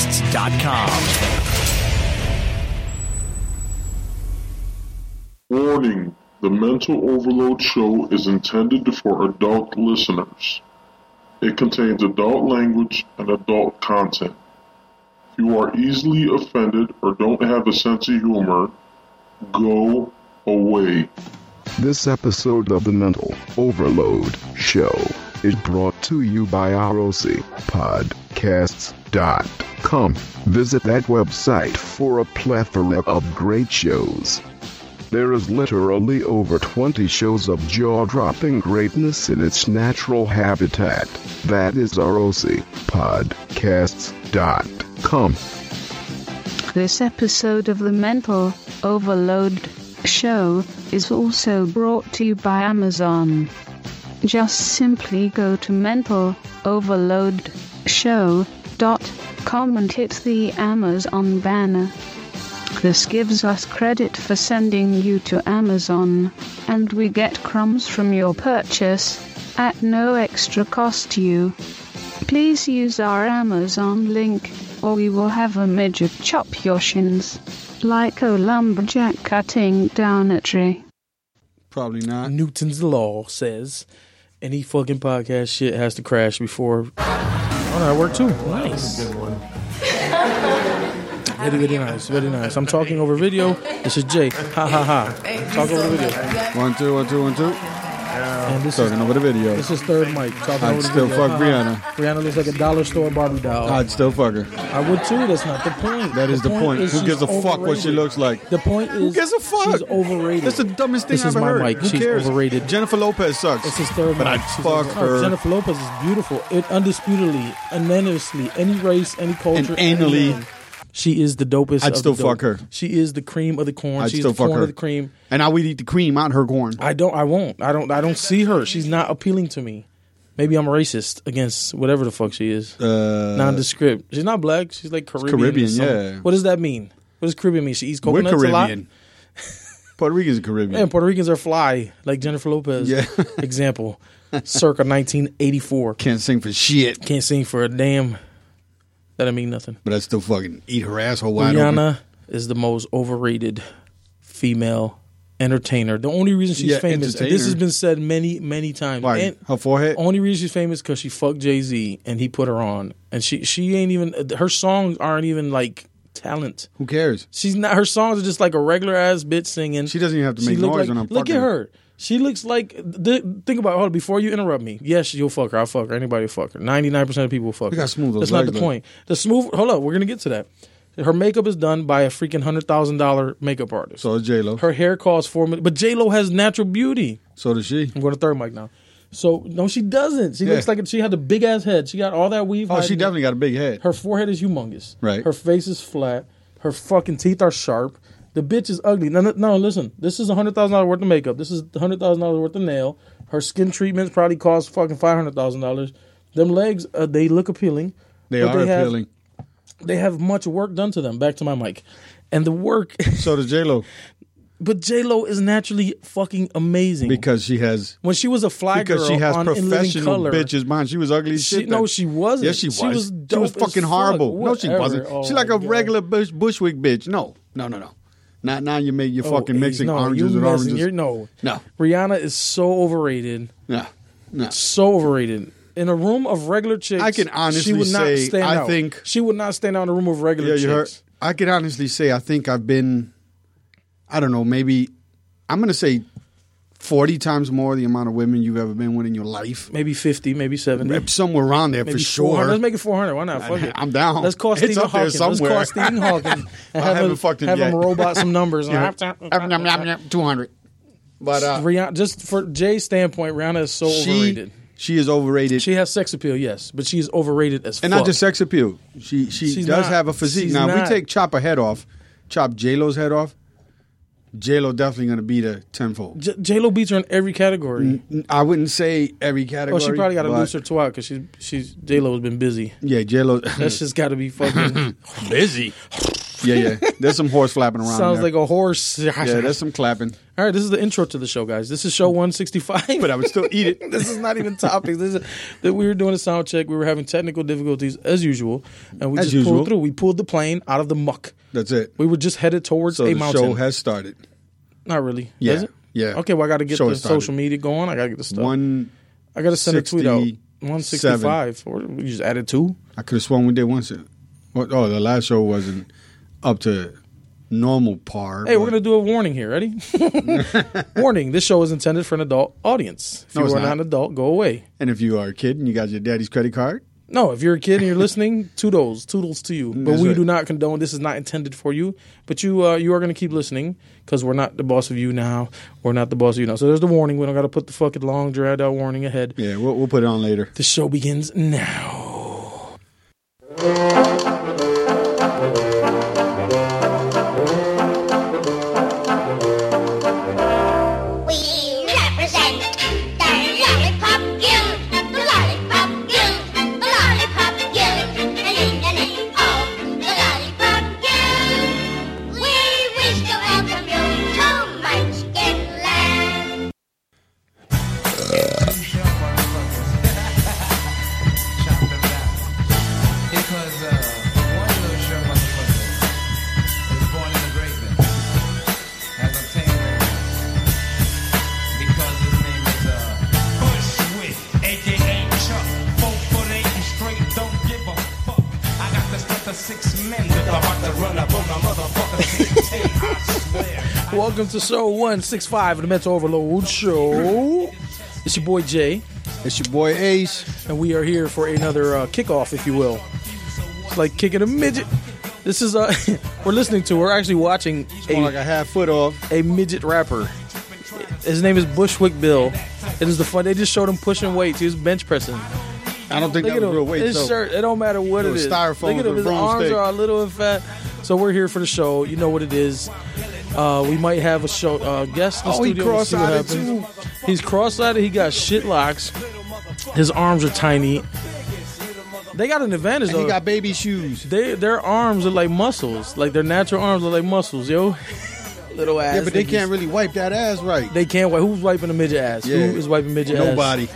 ocpodcasts.com. Warning The Mental Overload Show is intended for adult listeners. It contains adult language and adult content. If you are easily offended or don't have a sense of humor, go away. This episode of the Mental Overload Show is brought to you by ROCPodcasts.com. Visit that website for a plethora of great shows. There is literally over 20 shows of jaw dropping greatness in its natural habitat. That is ROCPodcasts.com. This episode of the Mental Overload Show is also brought to you by Amazon. Just simply go to mentaloverloadshow.com and hit the Amazon banner. This gives us credit for sending you to Amazon, and we get crumbs from your purchase at no extra cost to you. Please use our Amazon link, or we will have a midget chop your shins. Like a lumberjack cutting down a tree. Probably not. Newton's law says any fucking podcast shit has to crash before. Oh, I work too. Nice. Very, very nice. Very nice. I'm talking over video. This is Jay. Ha ha ha. Talk over the video. One, two, one, two, one, two. And this is Talking over the video. this is third mic. Talking I'd over the still video. fuck Ha, ha. Rihanna. Rihanna looks like a dollar store Barbie doll. I'd still fuck her. I would too. That's not the point. That is the point. is Who she's gives a fuck what she overrated. looks like? The point is Who gives a fuck? She's overrated. That's the dumbest thing This I've is ever my heard. mic. Who She's cares? overrated. Jennifer Lopez sucks. It's his third But one. I'd She's fuck like, oh, her. Jennifer Lopez is beautiful. It undisputedly, unanimously, any race, any culture, any anally. man. She is the dopest. I'd of still the dope. fuck her. She is the cream of the corn. I'd She's still the fuck corn her. of the cream. And I would eat the cream out her corn. I don't. I won't. I don't. I don't see her. She's not appealing to me. Maybe I'm racist against whatever the fuck she is. Uh, Nondescript. She's not black. She's like Caribbean. or Caribbean, something. yeah. What does that mean? What does Caribbean mean? She eats we're coconuts a lot. Caribbean. Puerto Ricans are Caribbean. Man, Puerto Ricans are fly, like Jennifer Lopez. Yeah. Example, circa 1984. Can't sing for shit. Can't sing for a damn. That'll mean nothing. But I'd still fucking eat her asshole wide open. Rihanna is the most overrated female entertainer. The only reason she's Yeah, famous, and this entertainer. has been said many, many times. Why? And her forehead? only reason she's famous because she fucked Jay Z and he put her on, and she she ain't even her songs aren't even like talent. Who cares? She's not. Her songs are just like a regular ass bitch singing. She doesn't even have to make look noise like- when I'm Look fucking at her. her. She looks like. Th- think about. Hold on. Before you interrupt me, yes, you'll fuck her. I'll fuck her. Anybody will fuck her. Ninety nine percent of people will fuck. Look her. how smooth those That's legs not the look. point. The smooth. Hold up. We're gonna get to that. Her makeup is done by a freaking hundred thousand dollar makeup artist. So does J-Lo. her hair costs four million. But J Lo has natural beauty. So does she. I'm going to third mic now. So no, she doesn't. She Yeah. looks like she had the big ass head. She got all that weave. Oh, she hiding it. definitely got a big head. Her forehead is humongous. Right. Her face is flat. Her fucking teeth are sharp. The bitch is ugly. No, no, no listen. This is hundred thousand dollars worth of makeup. This is hundred thousand dollars worth of nail. Her skin treatments probably cost fucking five hundred thousand dollars. Them legs, uh, they look appealing. They but are have- appealing. They have much work done to them. Back to my mic, and the work. So does J-Lo. but J Lo is naturally fucking amazing. Because she has when she was a fly because girl she has on In Living professional Color, bitches. Mine, she was ugly as She- shit. no, then. she wasn't. Yes, she was. She was she dope was as fucking fuck. horrible. No, she Whatever. wasn't. Oh, She's like a my God. regular bush, Bushwick bitch. No, no, no, no. Not now. You make you're Oh, fucking Ace, mixing no, oranges you with messing- oranges. you're- No, No, Rihanna is so overrated. no, no. so overrated. In a room of regular chicks, I can honestly she would not say stand I out. think- she would not stand out in a room of regular Yeah, you heard. chicks. I can honestly say I think I've been, I don't know, maybe I'm gonna say forty times more the amount of women you've ever been with in your life. Maybe fifty, maybe seventy, Somewhere around there maybe for 400. sure. Let's make it four hundred. Why not? Fuck it. I'm down. Let's call It's Stephen up there Hawking. Let's somewhere. call Stephen Hawking and I have haven't him fucked him have him yet. robot some numbers. Yeah. Rihanna, Two hundred. But uh, just for Jay's standpoint, Rihanna is so she overrated. she is overrated. She has sex appeal, yes, but she is overrated as and fuck. not just sex appeal. She she She's does not- have a physique. she's Now if we not. take chop her head off, chop J Lo's head off. J Lo definitely going to be the tenfold. J- J-Lo beats her in every category. I wouldn't say every Oh, category. she probably got to but- lose her twat because she's she's J Lo has been busy. Yeah, J Lo. That's just got to be fucking busy. Yeah, yeah. There's some horse flapping around. Sounds there. like a horse. yeah. There's some clapping, All right, this is the intro to the show, guys. This is show 165. but I would still eat it. this is not even topics. This is that we were doing a sound check. We were having technical difficulties as usual, and we As just usual. pulled through. We pulled the plane out of the muck. That's it. We were just headed towards So a the mountain. show has started. not really. Yeah, Is it? yeah. Okay, well I got to get Show the has started. social media going. I got to get the stuff. One, I got to send a tweet out. 67. 165. Or we just added two. I could have sworn we did one. se- what- Oh, the last show wasn't up to normal par. Hey, we're but- going to do a warning here. Ready? warning. This show is intended for an adult audience. If No, you it's are not. not an adult, go away. And if you are a kid and you got your daddy's credit card, No, if you're a kid and you're listening, toodles, toodles to you. But That's we right. do not condone. This is not intended for you. But you, uh, you are going to keep listening because we're not the boss of you now. We're not the boss of you now. So there's the warning. We don't got to put the fucking long dragged out warning ahead. yeah, we'll, we'll put it on later. The show begins now. We represent the Lollipop Guild, the Lollipop Guild, the Lollipop Guild, and in the name of the Lollipop Guild, we wish to welcome you to Munchkin Land. uh, Because uh, one little sure motherfucker is born in a great man, has obtained greatness. Because his name is uh, Bushwick, aka Chuck, four foot eight and straight, don't give a fuck. I got the strength of six men, but I'm about to run up on a motherfucker six ten. I swear. Welcome to show 165 of the Mental Overload Show. It's your boy Jay, It's your boy Ace. and we are here for another uh, kickoff, if you will. It's like kicking a midget. This is uh, we're listening to. We're actually watching Going a like a half foot off. a midget rapper. His name is Bushwick Bill. It is the fun. They just showed him pushing weights. He was bench pressing. I don't think Look that was at him. real weight. His so- shirt. It don't matter what it Little is. styrofoam Look at him. with His a arms broomstick. are a little and fat. So we're here for the show. You know what it is. Uh, we might have a show uh, guest in the Oh, he studio. We'll see what cross-eyed happens. He's cross-eyed. He got shit locks. His arms are tiny. They got an advantage And he though. got baby shoes. they, their arms are like muscles. Like their natural arms are like muscles, yo. little ass. Yeah, but they niggas. can't really wipe that ass right. They can't wipe. Who's wiping the midget ass? Yeah. Who is wiping midget ass? Nobody.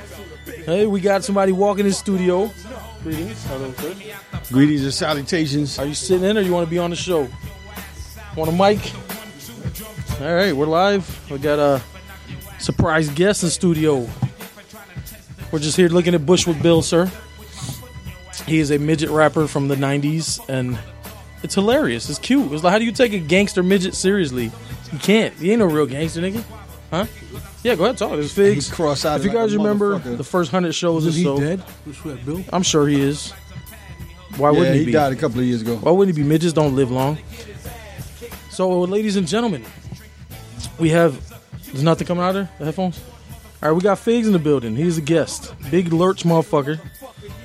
Hey, we got somebody walking in the studio. Greetings and salutations. Are you sitting in or you want to be on the show? Want a mic? All right, we're live. We got a surprise guest in studio. We're just here looking at Bushwick Bill, sir. He is a midget rapper from the 90s, and it's hilarious. It's cute. It's like, how do you take a gangster midget seriously? You can't. He ain't no real gangster, nigga. Huh? Yeah, go ahead, talk. There's figs. He cross-eyed If you like guys a remember motherfucker. the first hundred shows or so, I'm sure he is. Why Yeah, wouldn't he, he be? died a couple of years ago. Why wouldn't he be? Midgets don't live long. So, ladies and gentlemen, we have. There's nothing coming out of there? The headphones? All right, we got Figs in the building. He's a guest. Big lurch motherfucker.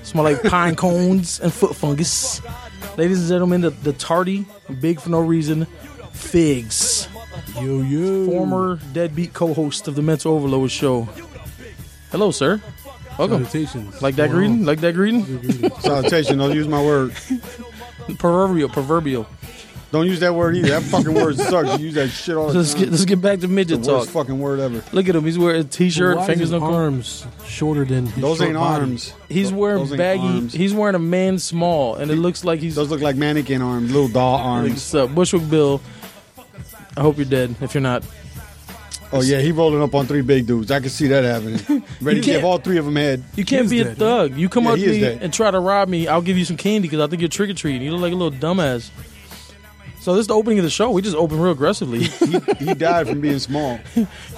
Smell like pine cones and foot fungus. Ladies and gentlemen, the, the tardy, big for no reason, Figs. Yo, yo. Former deadbeat co host of the Mental Overload show. Hello, sir. Welcome. Like that greeting? Like that greeting? Salutation. Don't use my word. Proverbial, proverbial. Don't use that word either. That fucking word sucks. You use that shit all the Let's time. get, let's get back to midget Worst talk. fucking word ever. Look at him. He's wearing a t-shirt, Why fingers is his no arm. arms shorter than his Those short ain't body? arms. He's wearing Those ain't baggy. arms. He's wearing a man small, and it looks like he's Those look like mannequin arms, little doll arms. what's up. Bushwick Bill. I hope you're dead. If you're not, Oh yeah, he rolling up on three big dudes. I can see that happening. Ready You to give can't- all three of them head. you can't is be a dead, yeah. thug. You come Yeah, up he to is me dead. and try to rob me. I'll give you some candy because I think you're trick or treating. You look like a little dumbass. So this is the opening of the show. We just opened real aggressively. He, he died from being small.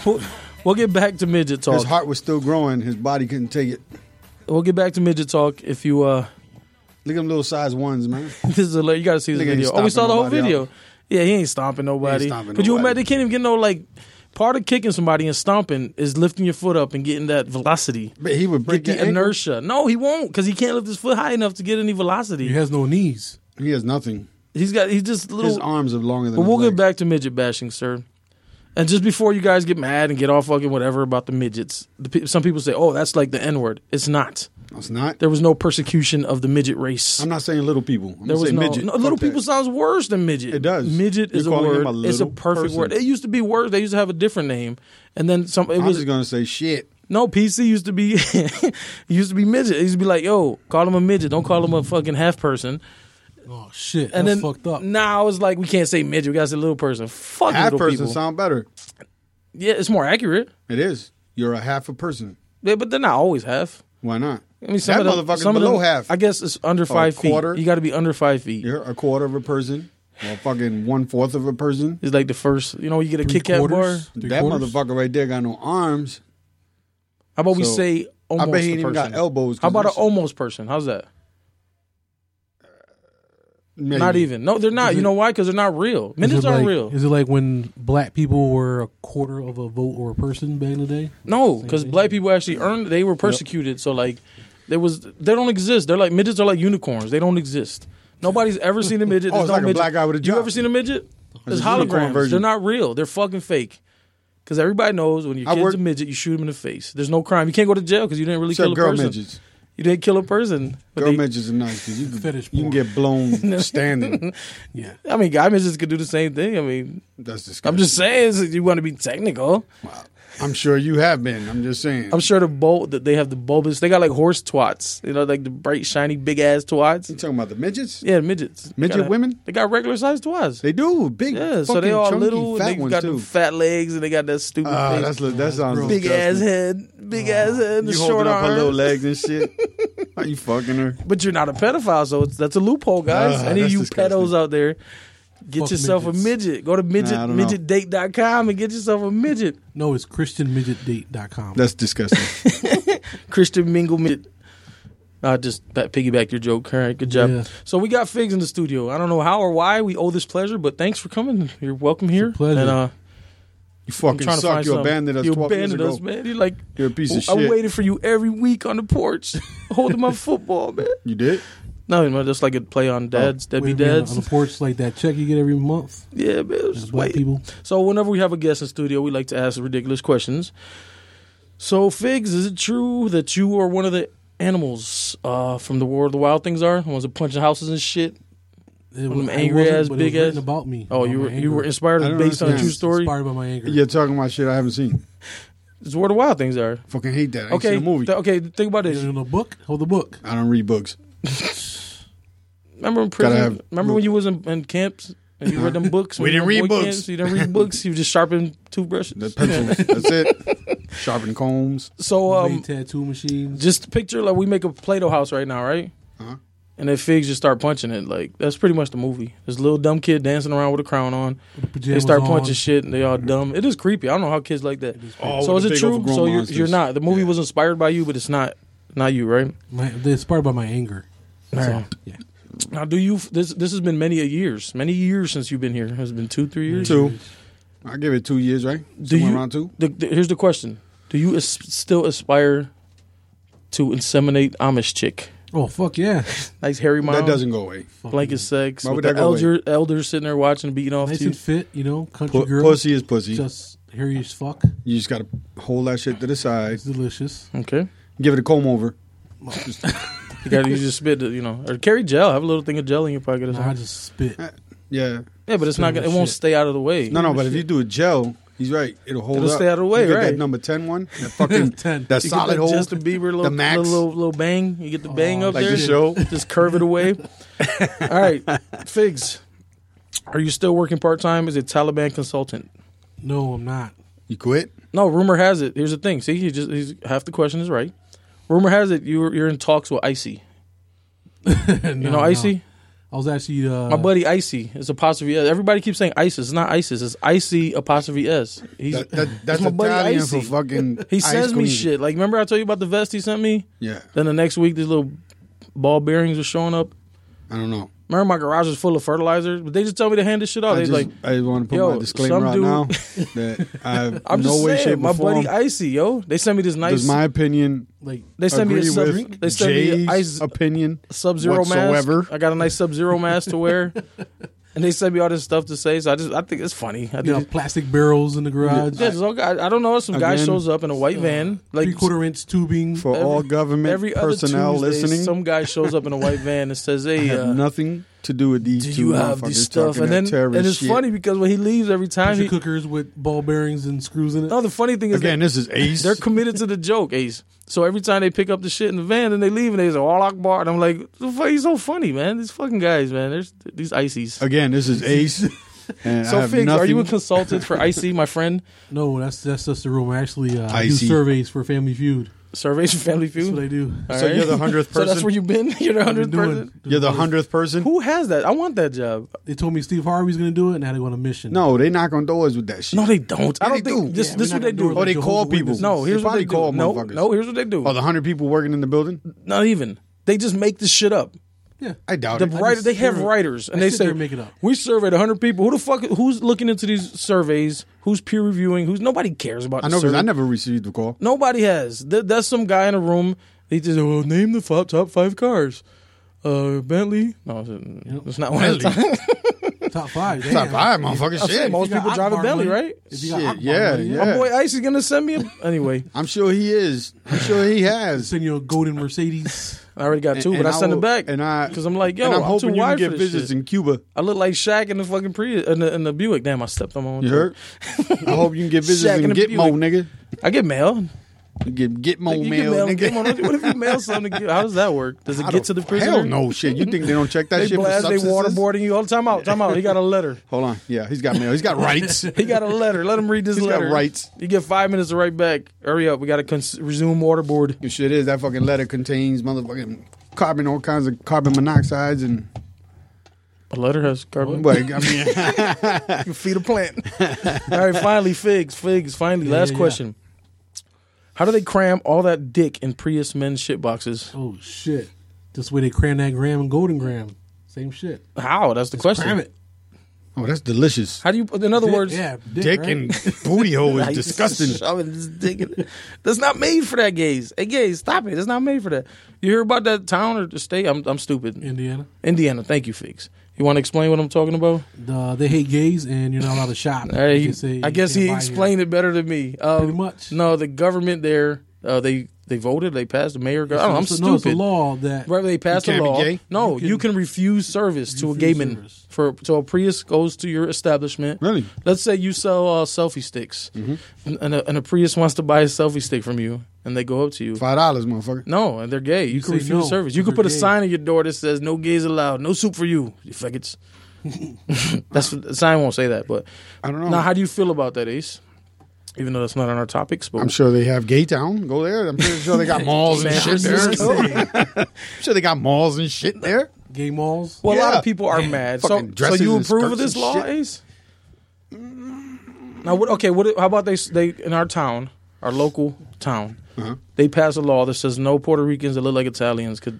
we'll, we'll get back to midget talk. His heart was still growing. His body couldn't take it. we'll get back to midget talk if you uh. Look at them little size ones, man. This is a, you gotta see this Nigga ain't video. Oh, we saw the whole stomping nobody video. out. Yeah, he ain't stomping nobody. stomping Could you nobody. imagine? They can't even get no like. Part of kicking somebody and stomping is lifting your foot up and getting that velocity, But he would break get the your ankle. inertia. No, he won't because he can't lift his foot high enough to get any velocity. He has no knees. He has nothing. He's got he's just His little. arms are longer than. But his we'll legs. get back to midget bashing, sir. And just before you guys get mad and get all fucking whatever about the midgets, the, pe- some people say, "Oh, that's like the N word." It's not. It's not. There was no persecution of the midget race. I'm not saying little people. I'm There was saying no, midget. no little Fuck that. people sounds worse than midget. It does. Midget You're is a calling him word. a it's a little perfect person. word. It used to be worse. They used to have a different name, and then some. It I'm was just gonna say shit. no PC used to be used to be midget. It used to be like yo, call him a midget. Don't call him a fucking half person. Oh shit, And that's then fucked up. now it's like we can't say midget. We gotta say little person. Fuck Half little person people. sound better. yeah, it's more accurate. It is. You're a half a person. Yeah, but they're not always half. Why not? I mean, some that of them, motherfucker's some of below them- half. I guess it's under five feet. quarter. You got to be under five feet. You're a quarter of a person, or fucking one fourth of a person. It's like the first. You know, you get a Kit Kat bar. quarters? How Three that quarters? motherfucker right there got no arms. about we So, say almost I bet he a ain't even got person? elbows. 'cause How about an that's- almost person? How's that? maybe. Not even. No, they're not. You know why? Because they're not real. Is Midgets it aren't like- real. Is it like when black people were a quarter of a vote or a person back in the day? No, because black people actually earned. They were persecuted. So like, there was. They don't exist. They're like midgets are like unicorns. They don't exist. Nobody's ever seen a midget. Oh, it's There's no like a midget. black guy with a You job. ever seen a midget? It's a unicorn holograms. version. They're not real. They're fucking fake. Because everybody knows when your I kid's work- a midget, you shoot him in the face. There's no crime. You can't go to jail because you didn't really kill Except a girl person. midgets. You didn't kill a person. But Girl they, midgets are nice because you can, Fetish you can porn. get blown standing. Yeah. I mean, guy midgets could do the same thing. I mean, That's disgusting. I'm just saying. it's- You want to be technical. I'm sure you have been. I'm just saying. I'm sure the bulb that they have the bulbous. They got like horse twats. You know, like the bright, shiny, big ass twats. you talking about the midgets? Yeah, midgets. Midget Gotta- women? They got regular sized twats. They do big. yeah, so they all chunky, little. fat They ones got too. the fat legs and they got that stupid Ah, thing. that's li- that sounds big ass disgusting. head, big ass head, the You short holding up her arms. little legs and shit. Are you fucking her? But you're not a pedophile, so it's, that's a loophole, guys. Ah, Any of that's you disgusting. pedos out there, get Fuck yourself midgets. a midget. Go to midget I don't know. midgetdate.com and get yourself a midget. No, it's ChristianMidgetDate.com. That's disgusting. Christian Mingle midget. I just ba- piggyback your joke. All right, good job. Yeah. So we got figs in the studio. I don't know how or why we owe this pleasure, but thanks for coming. You're welcome here. pleasure. And uh, You I'm fucking trying to suck. find You something. abandoned us You 12 years abandoned ago. us, man. You're like, You're a piece of I shit. waited for you every week on the porch, holding my football, man. You did? No, man, that's like a play on dads, Wait, Debbie Oh, we on the- dads. On the porch like that check you get every month. Yeah, man. it's just black wait. people. So whenever we have a guest in studio, we like to ask ridiculous questions. So figs, is it true that you are one of the animals uh, from the world the wild things are? The ones that punch in houses and shit. It One of them I angry wasn't, ass, but it big was written ass- about me. Oh, about you my were anger. you were inspired I don't based on a understand. true story. inspired by my anger. You're talking about shit I haven't seen. It's where the wild things are. Fucking hate that. I ain't Okay, seen a movie. th- okay. Think about You this. know the book? Hold the book. I don't read books. Remember in prison? have- remember when you was in, in camps and you read them books? We when you didn't were read boy books. camps? you didn't read books. You just sharpened toothbrushes. The pencils. That's it. Sharpen combs. So Um, um, Made tattoo machines. just picture like we make a Play-Doh house right now, right? Uh-huh. And then figs just start punching it. Like that's pretty much the movie. This little dumb kid dancing around with a crown on. They pajamas start on. punching shit and they all dumb. It is creepy. I don't know how kids like that. Oh, so with the is it big true? overgrown So you're, monsters. you're not. The movie was inspired by you, but it's not not you, right? My, they're inspired by my anger. Alright. Yeah. Now, do you? This this has been many a years, many years since you've been here. Has it been two, three years. Two. I give it two years, right? Do Somewhere you- around two? The, the, here's the question: Do you as, still aspire to inseminate Amish chick? Oh fuck yeah! Nice hairy mom. That doesn't go away. blanket sex. Why With would that the go away? elder elders sitting there watching beating off Nice to you. and fit, you know, country Pu- girl. pussy is pussy. Just hairy as fuck. you just gotta hold that shit to the side. It's delicious. Okay, Give it a comb over. you got to you just spit. it, You know, or carry gel. Have a little thing of gel in your pocket. Or Nah, I something. just spit. Yeah. Yeah, but it's not. gonna It won't Shit. stay out of the way. No, no, but if you do a gel, he's right. It'll hold It'll up. stay out of the way, you get right? That number 10 one, that fucking 10. that You get solid that hold. Justin Bieber little, the max. Oh, little little little bang. You get the bang up like there. the show. Just curve it away. All right, figs. Are you still working part time as a Taliban consultant? No, I'm not. You quit? No, rumor has it. Here's the thing. See, he just he's, half the question is right. Rumor has it you're you're in talks with Icy. You know Icy, I was actually uh, my buddy Icy. It's apostrophe S. Everybody keeps saying ISIS. It's not ISIS. It's Icy apostrophe S. He's That, that, that's my buddy Italian Icy. for fucking. he ice sends me queen. shit. Like remember I told you about the vest he sent me. Yeah. Then the next week these little ball bearings were showing up. I don't know. Remember my garage was full of fertilizer, but they just tell me to hand this shit out. I They just, like I just want to put yo, my disclaimer some right dude- now that I have I'm no just way, shape, saying, my or form buddy Icy, yo. They sent me this nice. does my opinion like they sent me agree a sub. with They sent me Jay's a ice opinion Sub Zero mask. whatsoever. I got a nice Sub Zero mask to wear. and they sent me all this stuff to say. So I just I think it's funny. I think You know, it's- plastic barrels in the garage, yeah, there's all guy. I don't know. Some guy Again, uh, shows up in a white van, like three quarter inch tubing. For all government every other personnel Tuesday, listening, Some guy shows up in a white van and says, I "Hey, have uh, nothing to do with these do two you have motherfuckers this stuff?" talking And then that and terrorist it's shit. funny because when he leaves every time, pressure he, cookers with ball bearings and screws in it. no. The funny thing is Again, that this is Ace. they're committed to the joke, Ace. So every time they pick up the shit in the van and they leave and they say all Akbar and I'm like, the fuck, he's so funny, man. These fucking guys, man. There's these ICs. Again, this is Ace. And I So have Figs, nothing. are you a consultant for IC, my friend? No, that's that's just the rumor. Actually, uh, I do Icy. surveys for Family Feud. Surveys for Family That's what Feud. I do. All So you're the 100th So that's person? where you've been. You're the I've been hundredth doing- person. doing You're the those. hundredth person. Who has that? I want that job. They told me Steve Harvey's going to do it, and I had to go on a mission. No, they knock on doors with that shit. No, they don't. I Yeah, don't they think do. this. Yeah, this we is what not they do. gonna do or Oh, they call Jehovah's people. Witnesses. No, here's they what probably they do. call no, motherfuckers. no, here's what they do. Oh, the hundred people working in the building. Not even. They just make this shit up. yeah, I doubt The it. writer, they have they're- writers, and I they sit say, there and make it up. "We surveyed 100 people. Who the fuck? Who's looking into these surveys? Who's peer reviewing? Who's nobody cares about?" I the know because survey. I never received a call. Nobody has. Th- that's some guy in a room. He just well, name the top, top five cars. Uh, Bentley. No, it's, it's not one. Of the top. top five. Top damn. five, motherfucker. Shit. most If you got people drive a Akbar Bentley, money- right? If you got Shit, Akbar yeah, money, yeah. My boy Ice is gonna send me a anyway. I'm sure he is. I'm sure he has. Send you a golden Mercedes. I already got two, And- but I and sent will- it back. And I, because I'm like, yo, and I'm I'm, hoping too you wide can for get this visits shit. in Cuba. I look like Shaq in the fucking Prius in the, in the Buick. Damn, I stepped on my own. You toe. heard? I hope you can get visits Shaq in and the Gitmo, nigga. I get mail. Get Gitmo You Oh, mail, nigga. get mail. Come on, what if you mail something? To get, how does that work? Does it I get to don't- the prisoner? Hell no, shit. You think they don't check that They shit blast. for They substances? waterboarding you all the time. Out, time out. He got a letter. Hold on. Yeah, he's got mail. He's got rights. He got a letter. Let him read this He's got letter. rights. You get five minutes to write back. Hurry up. We got to cons- resume waterboard. The shit is that fucking letter contains motherfucking carbon, all kinds of carbon monoxides, and A letter has carbon. but I mean, You can feed a plant. all right. Finally, figs. Figs. Finally, Yeah, last yeah. question. How do they cram all that dick in Prius men's shit boxes? Oh shit! This way they cram that gram and golden gram. Same shit. How? That's the question. Cram it. oh, that's delicious. How do you? In other Dick- words, yeah, Dick right? and booty hole is Like, disgusting. shoving this dick in- That's not made for that, gays. Hey, gays, stop it. That's not made for that. You hear about that town or the state? I'm, I'm stupid. Indiana. Indiana. Thank you, Figs. You want to explain what I'm talking about? The, they hate gays, and you're not allowed to shop. All right, You he- can say I you guess can't he buy here. explained it better than me. Um, Pretty much. No, the government there, uh, they they voted, they passed the mayor. Go- I don't know, I'm It's a- stupid. No, it's a law that Right, they passed You a can't be law. gay? No, You you can- can, refuse service to a gay Refuse man. service. For so a Prius goes to your establishment. Really? Mm-hmm. Let's say you sell uh, selfie sticks, and, and, a, and a Prius wants to buy a selfie stick from you, and they go up to you. Five dollars, motherfucker. No, and they're gay. You, can say refuse no, service. You can they're put a gay. sign on your door that says "No gays allowed, no soup for you." You faggots. that's what, the sign won't say that, but I don't know. now how do you feel about that, Ace? Even though that's not on our topics, but I'm sure they have Gay Town. Go there. I'm pretty sure they got malls and San shit there. Francisco. I'm sure they got malls and shit there. gay malls. Well, a lot Yeah. of people are mad. So, Fucking so dresses you and approve of skirts this and law, shit. Ace? Now, what? Okay, what? How about they? They in our town, our local town, they pass a law that says no Puerto Ricans that look like Italians could.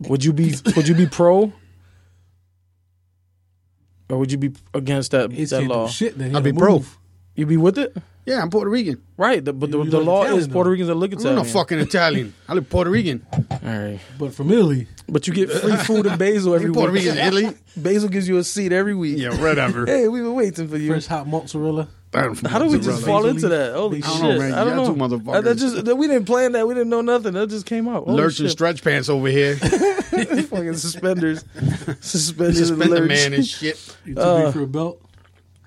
Would you be? would you be pro? Or would you be against that It's that can't law? do shit. Then I'll be pro. You be with it, Yeah, I'm Puerto Rican. right? The, but the, You- you the look law Italian, is Puerto though. Ricans that look I'm Italian. no fucking Italian. I live Puerto Rican. All right, but from Italy. but you get free food and basil every You Puerto week. Rican, Italy. Basil gives you a seat every week. Yeah, whatever. Hey, we've been waiting for you. Fresh hot mozzarella. How do we just fall Basil into leaf. that? Holy I don't know, shit! man. I don't Y'all know. two motherfuckers. Uh, That just that we didn't plan that. We didn't know nothing. That just came out. Holy Lurch and shit. stretch pants over here. fucking suspenders, suspenders, and Suspend the lurch. man and shit. You too Uh, big for a belt.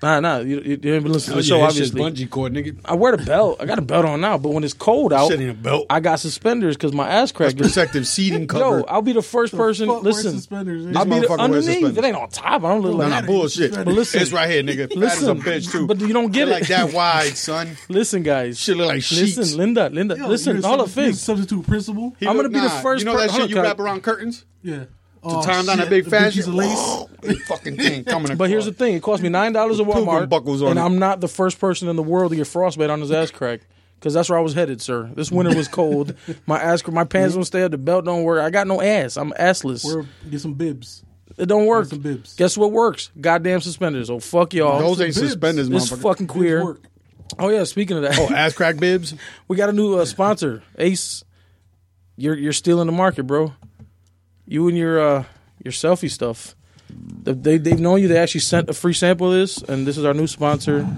Nah, nah. You, you, you didn't listen to Oh, the show. Oh, obviously, cord, nigga. I wear the belt. I got a belt on now. But when it's cold out, Shit ain't a belt. I got suspenders because my ass crack is. Protective seating cover. Yo, I'll be the first person. Fuck, wear Listen, suspenders. I'll be the Motherfucker wear underneath. suspenders. It ain't on top. I don't look No, like. no, bullshit. But listen- it's right here, nigga. Fat as a Listen, bitch too. but you don't get They're it. like that wide, son. Listen, guys. Shit look like sheets. Listen, Linda. Linda. Yo, listen. you're All sub- the you're figs. Substitute principal. He I'm look- gonna be the nah, first You know that per- shit you Hold on, wrap around curtains? Yeah. To Oh, tie down shit. that big The fat bitches shit. of lace. Oh, fucking thing coming. But here's the thing: it cost me nine dollars at Pilgrim Walmart, buckles on and it. I'm not the first person in the world to get frostbite on his ass crack because that's where I was headed, sir. This winter was cold. my ass, my pants don't stay up, the belt don't work. I got no ass. I'm assless. Wear, get some bibs. it don't work. some bibs. Guess what works? Goddamn suspenders. Oh fuck y'all. Those ain't bibs. suspenders, this motherfucker. fucking Bibs queer. work. Oh yeah, speaking of that, Oh, ass crack bibs. we got a new uh, sponsor, Ace. You're you're stealing the market, bro. You and your uh, your selfie stuff. They they've known you. They actually sent a free sample of this, and this is our new sponsor.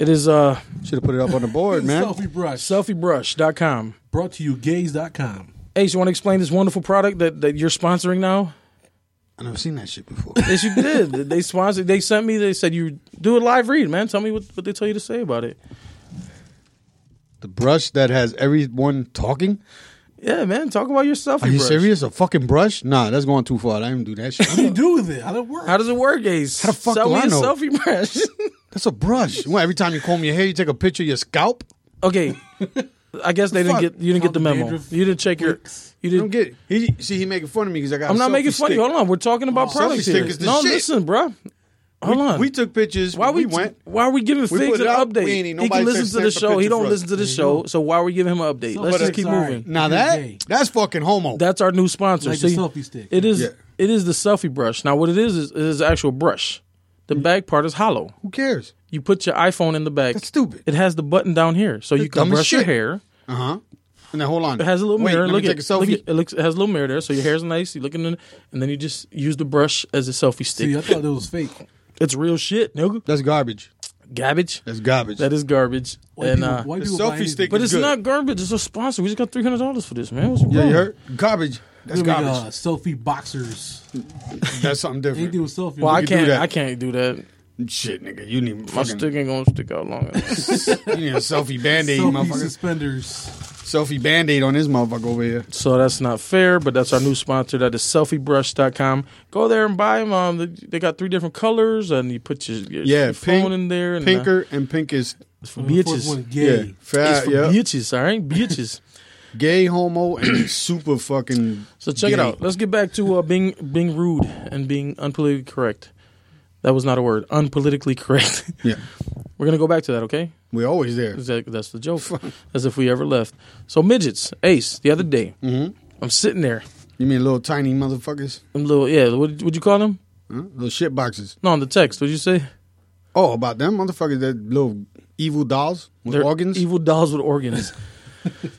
It is uh Should have put it up on the board, man. Selfie brush. selfiebrush.com. Brought to you gays.com. Ace, you want to explain this wonderful product that, that you're sponsoring now? I never seen that shit before. Yes, you did. they sponsored. They sent me. They said you do a live read, man. Tell me what, what they tell you to say about it. the brush that has everyone talking. Yeah, man. Talk about your selfie. Are you brush. serious? A fucking brush? Nah, that's going too far. I didn't do that What do you shit. do with it? How did it work? How does it work, Ace? How the fuck Sell do me I a know? selfie brush. that's a brush. What, every time you comb your hair, you take a picture of your scalp. okay. I guess they didn't Fuck. get you didn't get the All the memo. dandruff You didn't check your. You I didn't don't get it. He see he making fun of me because I got. I'm a not selfie making fun of stick. you. Hold on, we're talking about Oh, products selfie here. stick is the no, shit. listen, bro. Hold on. We took pictures. why are we, we went. Why are we giving We Figs put it an out. update? We ain't- He nobody can listen took to the Stanford show. He picture don't for us. listen to the show. So why are we giving him an update? Let's But just it's keep all right. moving. Now You're that gay. that's fucking homo. That's our new sponsor. Like the See, selfie stick. It is. Yeah. It is the selfie brush. Now, what it is is, is actual brush. The Mm-hmm. back part is hollow. Who cares? You put your iPhone in the back. That's stupid. It has the button down here, so you can dumb as brush your shit. hair. Uh huh. And then hold on. It has a little Wait, mirror. Let Look me at, take a selfie. look at- it looks. It has a little mirror there, so your hair's nice. You look in, it, and then you just use the brush as a selfie stick. See, I thought that was fake. It's real shit, nigga. that's garbage. Garbage. That's garbage. That is garbage. White and people, uh, white the people selfie buy anything. stick but is it's good. not garbage. It's a sponsor. We just got three hundred dollars for this, man. What's wrong? yeah, you heard? Garbage. That's They make, uh, garbage. selfie boxers. that's something different. Anything with selfie. Well, I can do can't. that. I can't do that. Shit, nigga. You need My fucking, stick ain't gonna stick out long enough. you need a selfie band aid, selfie motherfucker. suspenders. Selfie band aid on this motherfucker over here. so that's not fair. But that's our new sponsor. That is selfiebrush.com. Go there and buy them. Um, they- they got three different colors, and you put your, your, Yeah, your pink- phone in there. And, uh, Pinker and pink is it's for Fourth bitches. one, yeah, gay. It's fat, for yeah, bitches. All right, bitches. gay, homo, and super fucking. So check it gay. out. Let's get back to uh, being being rude and being unpolitically correct. That was not a word. Unpolitically correct. Yeah, We're gonna go back to that, okay? we're always there. 'Cause that- that's the joke. As if we ever left. So midgets, Ace. The other day, Mm-hmm. I'm sitting there. You mean little tiny motherfuckers, I'm little, yeah. What would you call them? huh? little shit boxes? No, on the text. What'd you say? Oh, about them motherfuckers that little evil dolls with They're organs. Evil dolls with organs.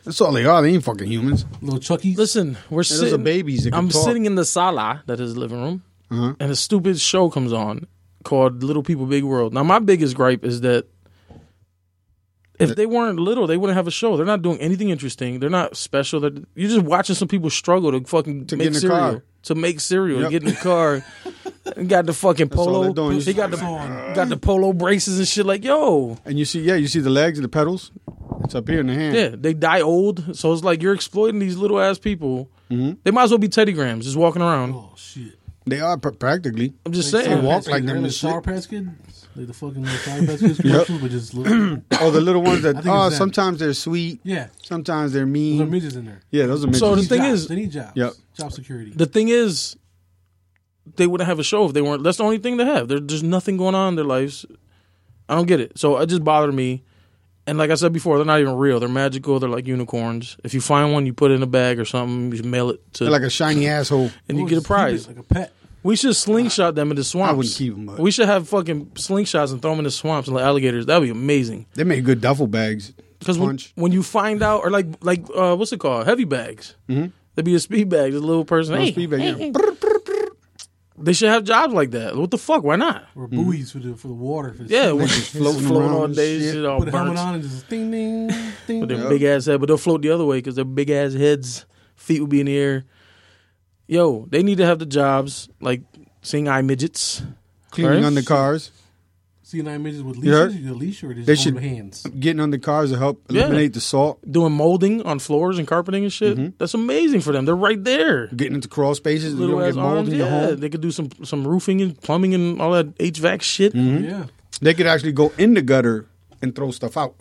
That's all they are. They ain't fucking humans. Little Chucky. Listen, we're those sitting. are babies that can I'm talk. sitting in the sala that is the living room, Uh-huh. and a stupid show comes on called Little People Big World. Now my biggest gripe is that if they weren't little, they wouldn't have a show. They're not doing anything interesting. They're not special. They're, you're just watching some people struggle to fucking To get make in the cereal, car. to make cereal, Yep. to get in the car. and got the fucking all polo. they're doing. He got the on. got the polo braces and shit. Like yo, And you see, yeah, you see the legs and the pedals. It's up here in the hand. Yeah, they die old, so it's like you're exploiting these little ass people. They might as well be Teddy Grahams, just walking around. Oh shit. They are pr- practically. I'm just Sour saying. walk Patch like Kids, them remember and Sour shit. Patch Kids? Like the fucking Sour Patch Kids commercials, but just little. Oh, the little ones I that. think it's oh, them. sometimes they're sweet. Yeah. Sometimes they're Those are mean. midgets in there. yeah, those are midgets. So They The need thing jobs. is- they need jobs. Yep. Job security. The thing is, they wouldn't have a show if they weren't. That's the only thing they have. There, there's nothing going on in their lives. I don't get it. So it just bothered me. And like I said before, they're not even real. They're magical. They're like unicorns. If you find one, you put it in a bag or something. You mail it to, they're like a shiny asshole. and you Or get a just keep it prize. Like a pet. We should slingshot them into swamps. wouldn't keep 'em, but- We should have fucking slingshots and throw them into swamps and let alligators. That'd be amazing. They make good duffel bags. Because when, Punch. when you find out, or like like uh, what's it called, heavy bags. Mm-hmm. They'd be a speed bag, just a little person. hey, speed bag, hey, yeah. hey. They should have jobs like that. What the fuck? Why not? Or buoys for the for the water. For the Yeah, Put we're just floating, floating around all and day, shit. shit, all a helmet burnt. on and just ding ding ding. With ding. their big ass head, but they'll float the other way because their big ass heads, feet will be in the air. Yo, they need to have the jobs like seeing eye midgets. Cleaning Right? under cars. See nine midgets with Yeah. leashes. You get a leash or just They on should- the hands. Getting under cars to help Yeah. eliminate the salt. doing molding on floors and carpeting and shit. That's amazing for them. They're right there. Getting into crawl spaces. you Little Mm-hmm. don't ass get mold arms. in your yeah, home. they could do some some roofing and plumbing and all that HVAC shit. Mm-hmm. Yeah. They could actually go in the gutter and throw stuff out.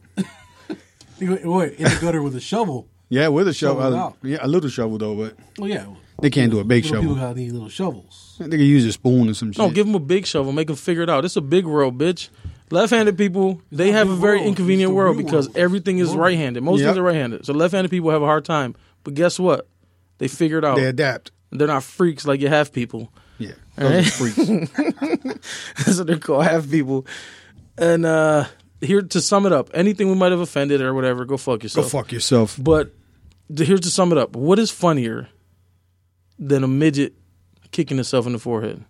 You go- Wait, in the gutter with a shovel. Yeah, with a Shovel shovel. it out. yeah, a little shovel though, but Oh yeah. they can't do a big Little shovel. people got these little shovels. They could use a spoon or some shit. No, give them a big shovel, make them figure it out. It's a big world, bitch. Left-handed people, they not have the a very world, it's inconvenient the world real because world. everything is World. right-handed. Most Yep. things are right-handed, so left-handed people have a hard time. But guess what? They figure it out. they They're, adapt. not freaks like your half people. Yeah, those are freaks. That's what they're called, half people. And uh here to sum it up, anything we might have offended or whatever, go fuck Go yourself. fuck yourself. But th- here's to sum it up: What is funnier than a midget kicking himself in the forehead?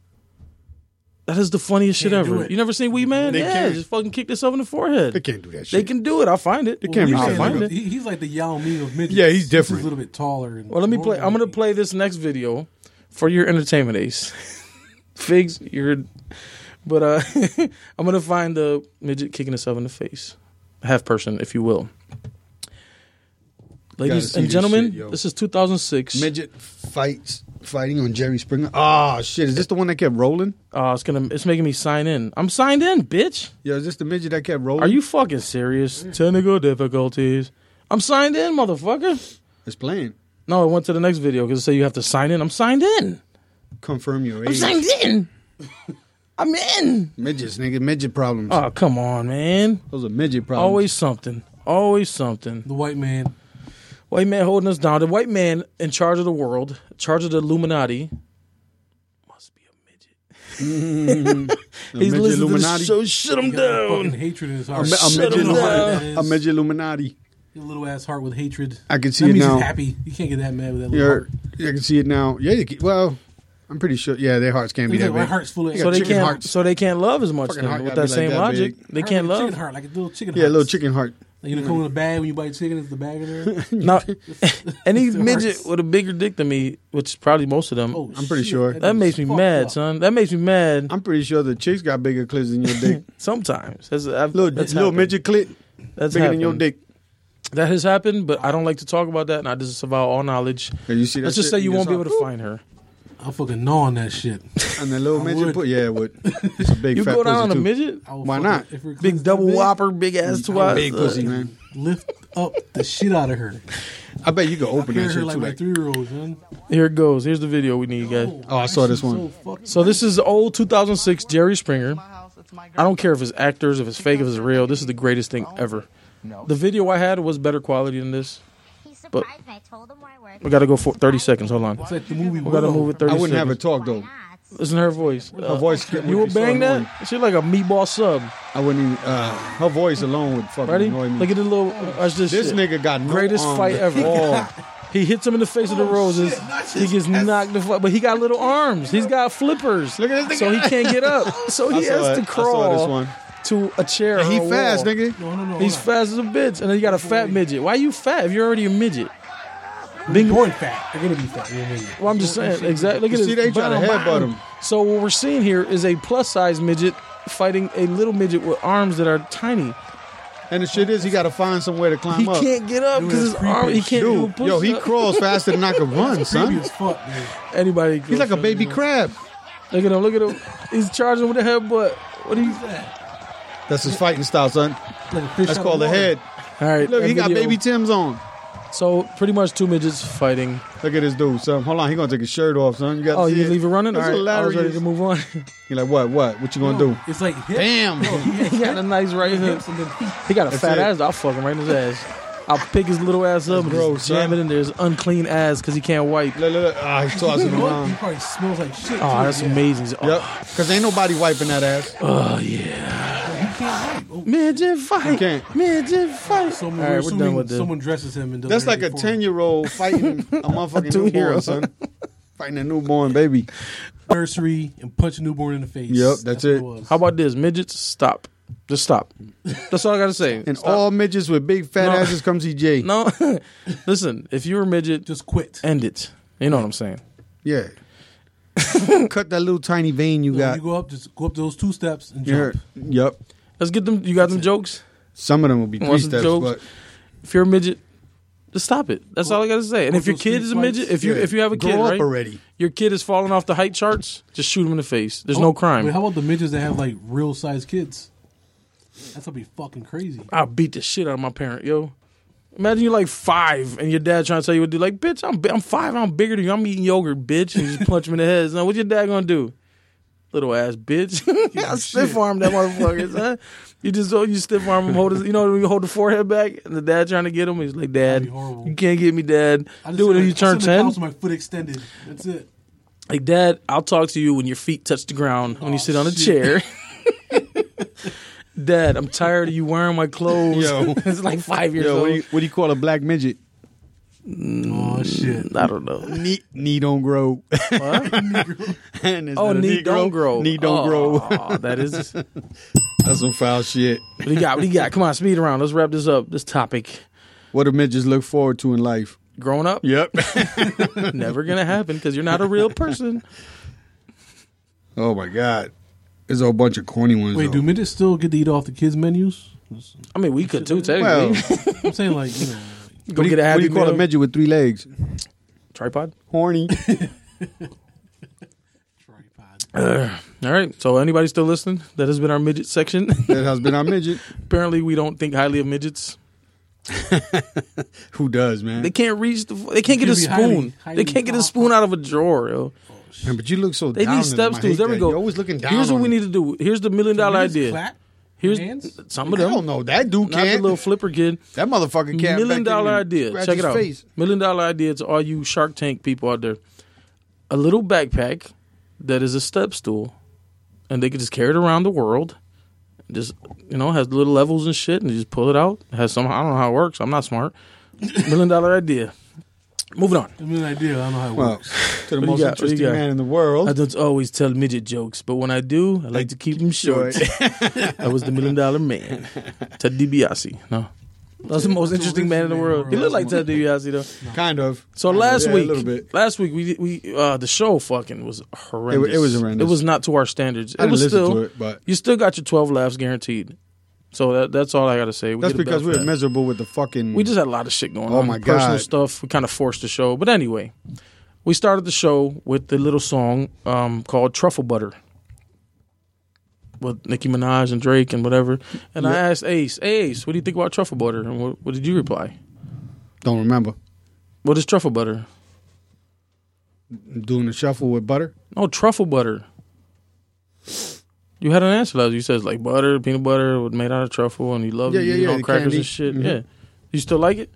That is the funniest shit Can't do ever. it. You never seen Wee Man? They yeah, can't. just fucking kick themselves in the forehead. They can't do that They shit. can do it. I'll find it. can't be I'll said find like it. He- he's like the Yao Ming of midgets. Yeah, he's just different. a little bit taller. And Well, let me play. I'm gonna play this next video for your entertainment ace. Figs, you're. But uh, I'm gonna find the midget kicking himself in the face, half person, if you will. Ladies see and this gentlemen, shit, yo. this is 2006. Midget fights fighting on Jerry Springer. Ah, shit! Is this the one that kept rolling? Oh, it's gonna. It's making me sign in. I'm signed in, bitch. Yo, is this the midget that kept rolling? Are you fucking serious? Technical difficulties. I'm signed in, motherfucker. It's playing. No, I went to the next video because it said you have to sign in. I'm signed in. Confirm your I'm age. signed in. I'm in. Midgets, nigga. Midget problems. Oh, come on, man. Those are midget problems. Always something. Always something. the white man. White man holding us down. The white man in charge of the world, in charge of the Illuminati, must be a midget. a He's midget listening Illuminati. to the show. Shut him He got fucking down. hatred in his a, heart. mi- a Shut midget him Illuminati. down. A midget Illuminati. Your little ass heart with hatred. I can see that it means now. He's happy. You can't get that mad with that little You're, heart. you can see it now. Yeah, you can, well, I'm pretty sure. Yeah, their hearts can't be He's that like, my big. heart's full of. Yeah, So they chicken can't. hearts. So they can't love as much. Fucking Then, heart with gotta that be like same that logic, big. they Heart can't like a love. Chicken heart, like a little chicken. Yeah, a little hearts. chicken heart. Like you know, come in a bag when you buy chicken, it's the bag in there. Now, any It midget hurts. with a bigger dick than me, which is probably most of them, Oh, I'm pretty shit, sure. that thing's makes me fucked mad, up. son. That makes me mad. I'm pretty sure the chicks got bigger clits than your dick. Sometimes that's I've, little that's little happened. midget clit That's bigger than your happened. dick. That has happened, but I don't like to talk about that, and I disavow all knowledge. Yeah, you see that Let's just shit? say you You won't be just able to saw- find her. I'm fucking gnawing that shit. And the little I midget would. put yeah, it would. It's a big You fat go down pussy on a too. midget, I will Why fucking- not? if her clit big is double big, whopper, big ass twat. Big pussy, man. Lift up the shit out of her. I bet you could open Carry that her shit like too. my Like, three year old, man. Here it goes. Here's the video we need, guys. oh, I saw this one. So this is old 2006 Jerry Springer. I don't care if it's actors, if it's fake, if it's real. This is the greatest thing ever. The video I had was better quality than this. He surprised But- me. I told him where I worked. We got to go for 30 seconds. Hold on. It's like the movie. We got to Willow. move it 30 I wouldn't have seconds. her talk though. Not. Listen to her voice. Her Uh, voice. get- you would be so bang annoying. that? She like a meatball sub. I wouldn't even. Uh, her voice alone would fucking Ready? annoy me. Look at the little. Uh, that's this this shit. nigga got no Greatest arm fight at ever. all. Oh, He hits him in the face with the roses. he gets knocked the fuck. But he got little arms. He's got flippers. Look at this So he nigga. can't get up. So I he saw it. has to I saw this crawl one. to a chair. or He a fast, wall. nigga. No, no, no. He's hold fast as a bitch. And then you got a fat midget. Why you fat if you're already a midget? on. Being born fat. They're gonna be fat. You're a midget. Well, I'm just saying. Exactly. Look at You see, this. they try to Bam, headbutt bam. him. So what we're seeing here is a plus size midget fighting a little midget with arms that are tiny. And the shit is, he got to find somewhere to climb He up. can't get up because his that's arm. He can't do a Dude, push yo, he up. crawls faster than I could run, Creepy son. as fuck, man. Anybody. He's like a baby crab. Look at him. Look at him. He's charging with a headbutt. What do you? That's his fighting style, son. Like a fish That's out of called a water. head. All right. Look, that he got video- baby Tim's on. So pretty much two midgets fighting. Look at this dude, son. Hold on, he gonna take his shirt off, son. You got Oh, you leave it running. That's All right. I was ready hilarious. to move on. He like, what, what, what you gonna do? It's like hip. Damn. Yo, he he had got a nice right hook. hips and then feet. He got a That's fat it. ass. I'll fuck him right in his ass. I'll pick his little ass up and gross, just jam son. it in there. His unclean ass because he can't wipe. Look, look, look. Ah, he's tossing him Look, He around. probably smells like shit. Oh, too. that's Yeah. amazing. Oh, Yep, cause ain't nobody wiping that ass. oh, yeah. You can't wipe. Oh, Midget fight. can't. Midget fight. Someone, All we're right, we're done assuming with this. someone dresses him and does That's like a everything for him. ten year old fighting a motherfucking two-year-old. newborn, son. Fighting a newborn baby. nursery and punch a newborn in the face. Yep, that's what it. was. How about this? Midgets, stop. Just stop. That's all I gotta say. And Stop. all midgets with big fat No. asses come see Jay. No, listen. If you're a midget, Just quit. end it. You know what I'm saying? Yeah. Cut that little tiny vein you got. you go up, just go up those two steps and You jump. heard- Yep. Let's get them. You got them jokes. Some of them will be three Want some steps, jokes? but If you're a midget, just stop it. That's all I gotta say. And if your those kid street is a fights. midget, if you Yeah. if you have a kid, Grow up right, already. your kid is falling off the height charts, just shoot him in the face. There's no crime. Wait, how about the midgets that have like real size kids? That's gonna be fucking crazy. I'll beat the shit out of my parent, yo. Imagine you're like five and your dad trying to tell you what to do. Like, bitch, I'm bi- I'm five. I'm bigger than you. I'm eating yogurt, bitch. And you just punch him in the head. Now, what your dad gonna do? Little ass bitch. I stiff arm that motherfucker. son. You just oh, you stiff arm him. Hold his, you know when you hold the forehead back and the dad trying to get him. He's like, Dad, be horrible. you can't get me, Dad. I just Do it sit when on- you I turn sit on the ten. couch with my foot extended. That's it. Like, Dad, I'll talk to you when your feet touch the ground when you Aw, sit Oh, on a shit. chair. Dad, I'm tired of you wearing my clothes. Yo. it's like five years yo, old. what do, you, what do you call a black midget? Oh shit! I don't know. knee, knee don't grow. And it's Oh, not a knee don't grow. Knee don't oh, grow. That is. What That's some foul shit. do you got? What do you got? Come on, speed around. Let's wrap this up. This topic. What do midgets look forward to in life? Growing up, Yep. never gonna happen because you're not a real person. oh my god, there's a whole bunch of corny ones. Wait, though. do midgets still get to eat off the kids' menus? I mean, we could too well, technically. what I'm saying like you know, Go do you, get a what happy do you call a meal. midget with three legs? tripod. Horny. All right. So anybody still listening? That has been our midget section. that has been our midget. Apparently, we don't think highly of midgets. Who does, man? They can't reach the. They can't get a Excuse me, highly- spoon. highly they can't get a spoon out of a drawer. Yo. Man, but you look so. They down need to them. step I stools. hate There we that. go. You're always looking down. Here's what on we them. need to do. Here's the million dollar midgets idea. clap Here's hands? some of I them. don't know. That dude Not the can't. little flipper kid. that motherfucker can't. back there Million dollar and idea. scratch Check his it out. Face. Million dollar idea to all you Shark Tank people out there. A little backpack that is a step stool, and they can just carry it around the world. Just you know, has little levels and shit, and you just pull it out. It has some. I don't know how it works. I'm not smart. million dollar idea. Moving on. I mean, an idea. I don't know how it Well, works. to the you most got? What you interesting got? man in the I world. don't always tell midget jokes, but when I do, I like to keep them short. I was the million dollar man, Ted DiBiase. No, that was the most interesting man in the world. He looked like Ted DiBiase though. Kind of. So Kind of. last Yeah, week, a little bit. last week we we uh, the show fucking was horrendous. It wa- it was horrendous. It was not to our standards. I it didn't was listen still to it, but you still got your twelve laughs guaranteed. So that that's all I got to say. We that's did a because bad we were job. miserable with the fucking. We just had a lot of shit going Oh on. my Personal God. stuff. We kind of forced the show. But anyway, we started the show with the little song um, called Truffle Butter with Nicki Minaj and Drake and whatever. And I asked Ace, hey, Ace, what do you think about truffle butter? And what, what did you reply? don't remember What is truffle butter? doing the shuffle with butter. No, truffle butter. You had an answer. That you said like butter, peanut butter, was made out of truffle, and you love Yeah, it. yeah, you yeah, know, the crackers candy. and shit. Mhm. Yeah, you still like it?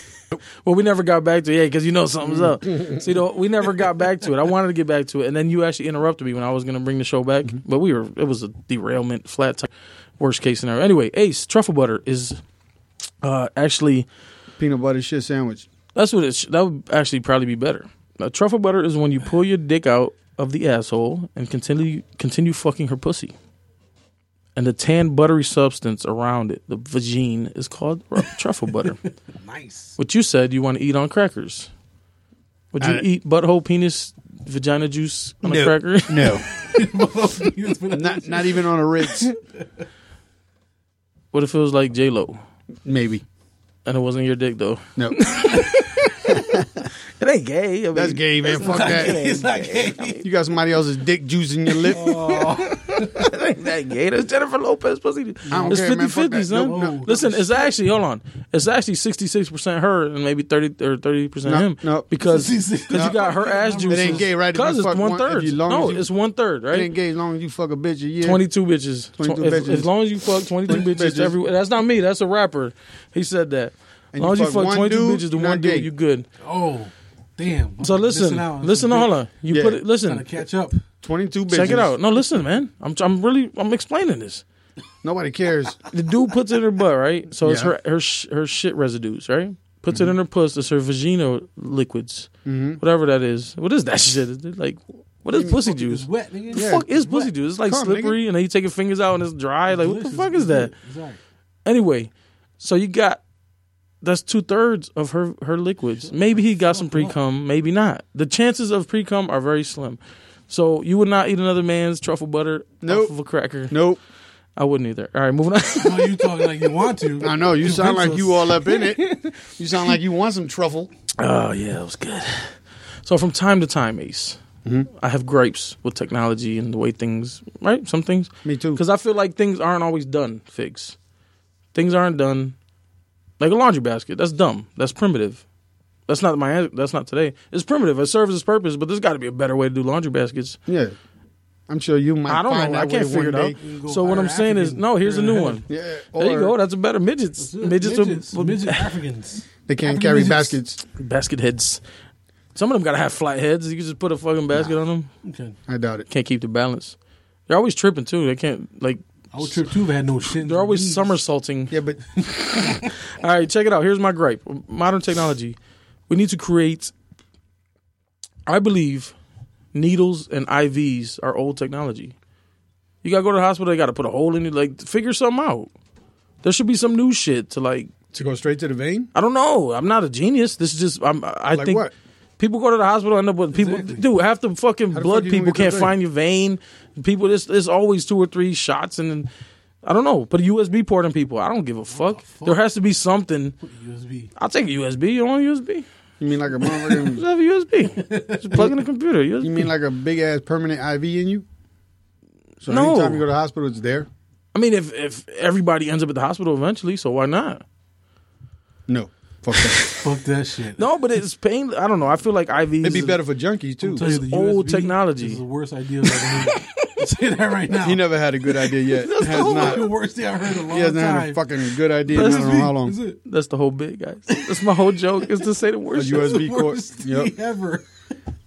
well, we never got back to it. Yeah, because you know something's up. Mm-hmm. So you know, we never got back to it. I wanted to get back to it, and then you actually interrupted me when I was going to bring the show back. Mm-hmm. But we were it was a derailment, flat tire, worst case scenario. Anyway, Ace truffle butter is uh, actually Peanut butter shit sandwich. that's what it. Sh- that would actually probably be better. Now, truffle butter is when you pull your dick out of the asshole and continue continue fucking her pussy. And the tan buttery substance around it, the vagine, is called ru- truffle butter. nice. What you said you want to eat on crackers. Would you I- eat butthole, penis, vagina juice on a cracker? No, Not, not not even on a Ritz. what if it was like J Lo Maybe. and it wasn't your dick though? No, It ain't gay. I mean, that's gay, man. Fuck that. it's not gay. You got somebody else's dick juice in your lip. ain't that gay. That's Jennifer Lopez pussy. don't It's care, 50 man. Fuck 50, that. son. Nope, nope. Listen, it's actually, hold on. It's actually 66% her and maybe 30 or 30% No, him. no. Because 66. cause you got her ass It juice. ain't gay, right? If Because you it's fuck one- one third. if you long No, as you- it's one third, It right? ain't gay as long as you fuck a bitch a year. 22 bitches. 22 Tw- as- bitches. As, long as you fuck 22 bitches bitches. everywhere. That's not me. That's a rapper. He said that. As And long as you you fuck fuck one 22 dude, bitches to you're not one dude, gay. you good. Oh, damn. So listen, out on listen, some hold dick. on. You Yeah. put it, Trying to listen, catch up. Twenty-two bitches. check it out. No, listen, man. I'm, I'm really, I'm explaining this. Nobody cares. the dude puts it in her butt, right? So it's Yeah. her her sh- her shit residues, right? Puts it in her puss. It's her vagina liquids, whatever that is. What is that shit? Is it like what is pussy Fuck, juice? It's wet, nigga. The fuck is pussy juice? It's like Come on, slippery, and then you take your fingers out and it's dry. Like what the fuck is that? Sorry. Anyway, so you got that's two thirds of her her liquids. Maybe he got some pre cum, maybe not. The chances of pre cum are very slim. So you would not eat another man's truffle butter Nope. off of a cracker. Nope. I wouldn't either. All right, moving on. No, Oh, you talking like you want to. I know. You sound Convince like us. you all up in it. You sound like you want some truffle. Oh yeah, that was good. So from time to time, Ace, Mm-hmm. I have gripes with technology and the way things, right? Some things, Me too. because I feel like things aren't always done. Figs, things aren't done. Like a laundry basket, that's dumb. That's primitive. That's not my. ans- That's not today. It's primitive. It serves its purpose, but there's got to be a better way to do laundry baskets. Yeah. I'm sure you might. I don't find know. That I can't way one figure it out. day. You go So what hire I'm saying is, Africans. no. Here's a new Yeah. one. Yeah. Or There you go. That's a better midgets. Midgets, with- midgets, with midget Africans. They can't African carry midgets. baskets. basket heads. Some of them gotta have flat heads. You can just put a fucking basket on them. Okay. I doubt it. can't keep the balance. They're always tripping too. They can't like I would trip too if I had no shit. they're always somersaulting. Yeah, but All right, check it out. Here's my gripe: modern technology. we need to create. I believe needles and IVs are old technology. You gotta go to the hospital. They gotta put a hole in it. Like figure something out. There should be some new shit to like. To go straight to the vein? I don't know. I'm not a genius. This is just. I'm. I Like think what? people go to the hospital end up with people. Exactly. Dude, half the fucking How the blood fuck you gonna people get the can't thing? find your vein. People, there's there's always two or three shots, and then, I don't know. Put a USB port in people. I don't give a fuck. There has to be something. USB. I'll take a USB. You want a USB? You mean like a Just motherfucking- have a USB. Just plug in the computer. USB. You mean like a big ass permanent IV in you? So No. anytime you go to the hospital, it's there. I mean, if if everybody ends up at the hospital eventually, so why not? No, fuck that. Fuck that shit. No, but it's pain. I don't know. I feel like IVs. It'd be is- better for junkies too. Tell you, the old USB technology. Is the worst idea I've ever heard. I'll Say that right now. He never had a good idea yet. That's the Has whole not. fucking worst thing I heard in a long He hasn't time. had a fucking good idea. in I That's don't know me. how Is long. it? That's the whole bit, guys. That's my whole joke is to say the A worst. shit. USB cord. Worst Yep. thing ever.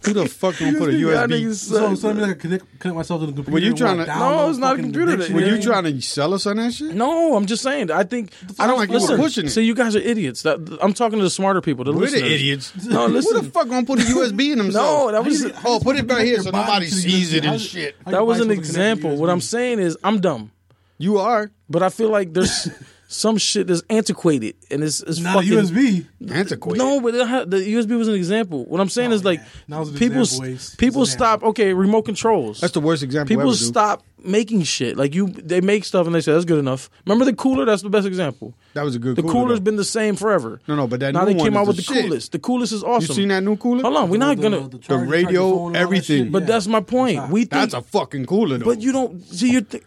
Who the fuck gonna put a Y'all USB? niggas So, suck. so I mean, I can connect, connect myself to the computer. Were you and trying what, to- No, it's download not a fucking computer that- Were dictionary? you trying to sell us on that shit? No, I'm just saying. I think I don't like you were listen. pushing it. So you guys are idiots. That, I'm talking to the smarter people. The We're the listeners. idiots. No, listen. Who the fuck gonna put a USB in themselves? No, that was- oh, put it right here Your so body nobody to the sees it USB. and How- shit. how that your was body's an supposed to connect to example. USB? What I'm saying is, I'm dumb, You are but I feel like there's some shit that's antiquated and it's it's not a fucking USB. antiquated. No, but it ha- the USB was an example. What I'm saying No, is like Oh, yeah. That was an people example, Ace. It's people an stop. Okay, remote controls. that's the worst example. people ever, dude. stop making shit. Like you, they make stuff and they say that's good enough. Remember the cooler? That's the best example. That was a good. The cooler, cooler's though. been the same forever. No, no, but that now new they one came is out with the the shit. coolest. The coolest is awesome. You seen that new cooler? Hold on, we're not The- gonna. the charger, radio, charger phone, all that everything. shit, but yeah. that's my point. We think, That's a fucking cooler though. but you don't see your. Th-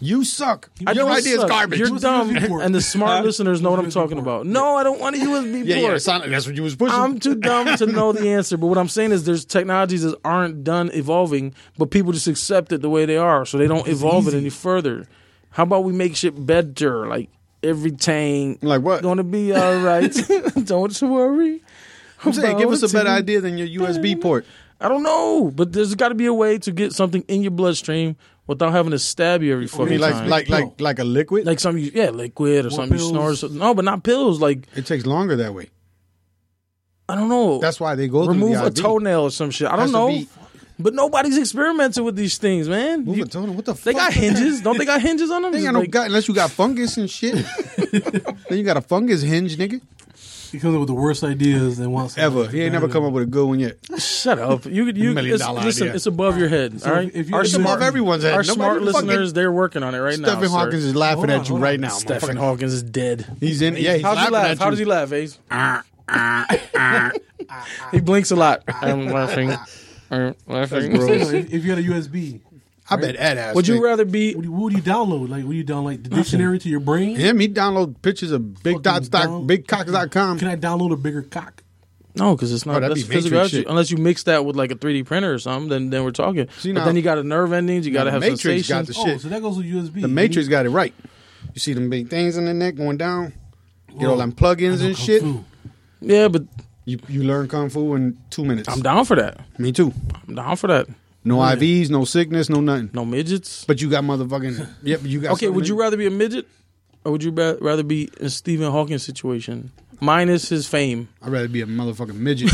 you suck. I Your don't idea suck. is garbage. You're What's the dumb, USB port? and the smart Huh? listeners know what I'm What's the talking USB port? about. No, I don't want a USB yeah, yeah. port. It sounded, that's what you was pushing. I'm too dumb to know the answer. But what I'm saying is there's technologies that aren't done evolving, but people just accept it the way they are, so they don't evolve it any further. How about we make shit better? Like everything Like what? gonna be all right. don't you worry. I'm saying, give us a about better it. idea than your USB port. I don't know, but there's got to be a way to get something in your bloodstream without having to stab you every I fucking mean, like time. like like like a liquid. like something, you, yeah, liquid or something you snort. or pills. something. No, but not pills. Like it takes longer that way. I don't know. That's why they go remove through the a IV. toenail or some shit. I Has don't to know. be- But nobody's experimenting with these things, man. Move You- a toenail. What the fuck? they got hinges. Don't they got hinges on them? They Just ain't got no like- gut unless you got fungus and shit. then you got a fungus hinge, nigga. He comes up with the worst ideas and wants Ever. He ain't never come up with a good one yet. Shut up. You could you Million it's, dollar listen, idea. it's above your head. all right. if you- our It's smart, above everyone's head. Our Nobody smart even fucking- listeners, they're working on it right now. Stephen sir. Hawkins is laughing Hold on, at you hold right on. now. Stephen motherfucker. Hawkins is dead. He's in. Yeah, he's How's he laughing laugh? at How you. does he laugh, Ace? ah, he blinks a lot. I'm ah. laughing. I'm laughing. So if, if you had a USB, I bet that ass. Would you nigga. rather be what do you, what do you download? Like, what do you download? The dictionary to your brain? him? He download pictures of big dot Fucking stock, dumb. bigcock.com. Can I download a bigger cock? No, because it's not Oh, that'd that's be physical. Matrix energy. shit. Unless you mix that with like a 3D printer or something, then then we're talking. See, but now- then you got a nerve endings. You got to have Matrix sensations. got the shit. Oh, so that goes with USB. Mm-hmm. The Matrix got it right. You see them big things in the neck going down. Get all them plugins and shit. yeah, but You you learn kung fu in two minutes. I'm down for that. Me too. I'm down for that. No IVs, no sickness, no nothing. No midgets. But you got motherfucking. Yep, you got. Okay, would something you in- rather be a midget or would you ra- rather be in Stephen Hawking's situation minus his fame? I'd rather be a motherfucking midget.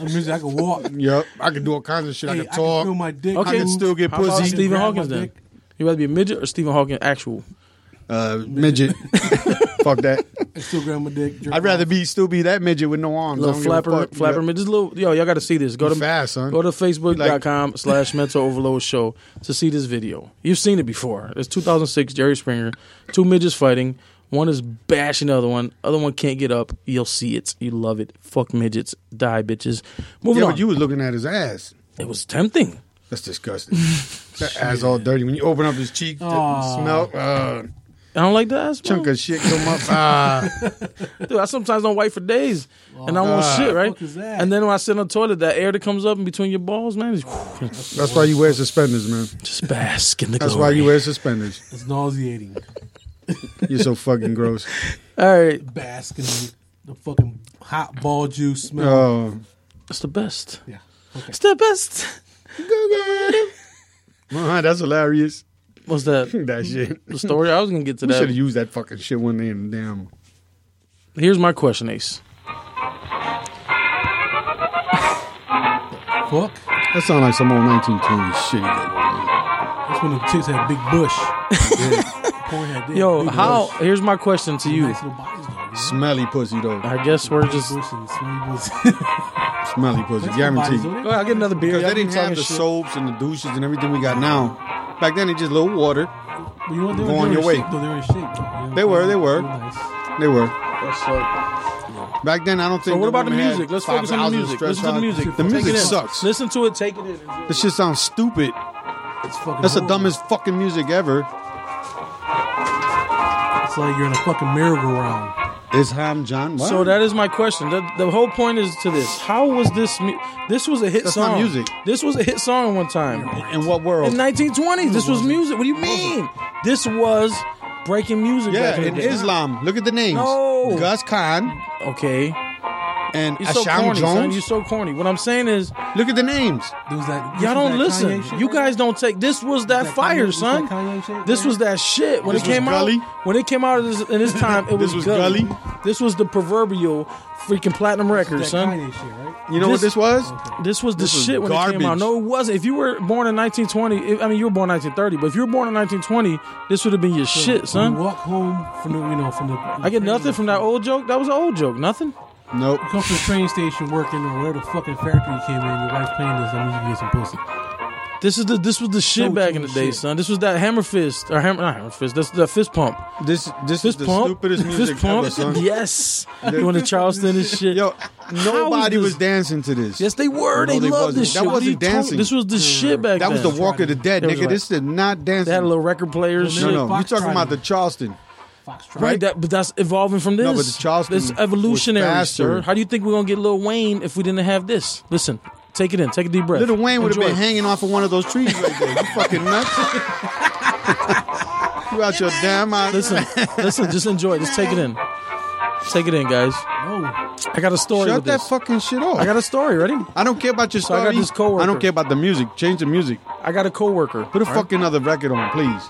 I mean, I can walk. hey, yep, I can do all kinds of shit. I I can can talk. feel my dick. Okay. I can move. still get How about pussy. I can Stephen grab Hawkins my then. dick? You rather be a midget or Stephen Hawking actual? uh, midget. Fuck that. I still grab my dick. jerk I'd rather off. be still be that midget with no arms. Little flapper, flapper midget. Just little yo, y'all got to see this. Go Go to fast, son. Go to facebook.com slash mental overload show to see this video. You've seen it before. It's 2006 Jerry Springer. Two midgets fighting. One is bashing the other one. Other one can't get up. You'll see it. You love it. Fuck midgets. Die, bitches. Moving yeah, on. but you was looking at his ass. it was tempting. That's disgusting. that ass all dirty. When you open up his cheek, the Aw. smell. Uh, I don't like that. chunk of shit come up. Ah, Dude, I sometimes don't wipe for days, and I won't Ah. shit right. Fuck is that? And then when I sit on the toilet, that air that comes up in between your balls, man, is that's why you wear suspenders, man. just bask in the That's why glory. you wear suspenders. It's nauseating. You're so fucking gross. All right, Basking in the fucking hot ball juice smell. Oh, that's the best. yeah. Okay. It's the best. Uh-huh, uh, that's hilarious. What's that? That shit. The story I was gonna get to We should that. have used that fucking shit one day in the damn. Here's my question, Ace. Fuck. That sounds like some old 1920s shit. that- That's when the chicks had big bush. Porn had that Yo, big how? bush. Here's my question to you. Nice little bodies, though, man. Smelly pussy though. I guess we're Big just. bush and smelly pussy. Smelly pussy. Guaranteed. Bodies, Go ahead, I'll get another beer. Because Y'all they keep didn't have talking the shit. soaps and the douches and everything we got now. Back then, it's just a little water. But you know what? They were, Go on they were your way. Shape, though. They were in shape. Though. Yeah, They were, they were. nice. They were. That's like- Back then, I don't think. So what no about the woman had music? Let's focus on 5,000 the music. stress Listen to the on- music. The Take music it in. sucks. Listen to it. Take it in. This shit sounds stupid. It's fucking That's the horrible. dumbest fucking music ever. It's like you're in a fucking merry-go-round. Is Ham John? What? So that is my question. The, the whole point is to this. How was this? Mu- this was a hit That's not song. music. This was a hit song one time. in what world? In 1920s, this was music. What do you mean? This was breaking music. yeah, back in, in the day. Islam. Look at the names. No. Gus Khan Okay, and you're so Asham corny, son. Jones. You're so corny. What I'm saying is, Look at the names. There was that, this y'all was don't that listen. Kanye shit You right there. guys don't take. This was that, That fire, Kanye- this son. that Kanye shit This right was that shit when This it was came gully? out. When it came out of this, in this time, it was, was gully. gully? This was the proverbial freaking platinum record, That son. Kanye shit, right? You know what This- this was? This was the This was shit when it garbage. came out. No, it wasn't. If you were born in 1920, if- I mean, you were born in 1930, but if you were born in 1920, this would have been your shit, When son. you walk home from the, you know, from the. I get nothing from that old joke. That was an old joke. Nothing. Nope. Come from the train station working or whatever the fucking factory you came in. Your wife playing this. I need you to get some pussy. This is the this was the shit No back in the shit. day, son. This was that hammer fist or hammer not hammer fist. That's the fist pump. This this is Fist the pump. stupidest music fist pump. ever, son. Yes. you want to Charleston and shit. Yo, nobody this- was dancing to this. Yes, they were. No, they, they wasn't. loved this shit. That What are wasn't you talking- dancing. Mm. This was the shit back that was then. the Walk of the Dead, It was nigga. right. This did not dance. They had a little record player. and No, no, shit. no. Foxtrot. You're talking about the Charleston. Foxtrot. Right, that, but that's evolving from this. No, but the Charleston It's evolutionary, was faster. sir. How do you think we're gonna get Lil Wayne if we didn't have this? Listen, take it in, take a deep breath. Little Wayne would have Enjoy been it. hanging off of one of those trees right there. You fucking nuts. you out your damn mind. Listen, listen, just enjoy. it. Just take it in. Take it in, guys. No. I got a story. Shut with that this. fucking shit off. I got a story. Ready? I don't care about your I got story. this coworker. I don't care about the music. Change the music. I got a coworker. Put a fucking other record on, please.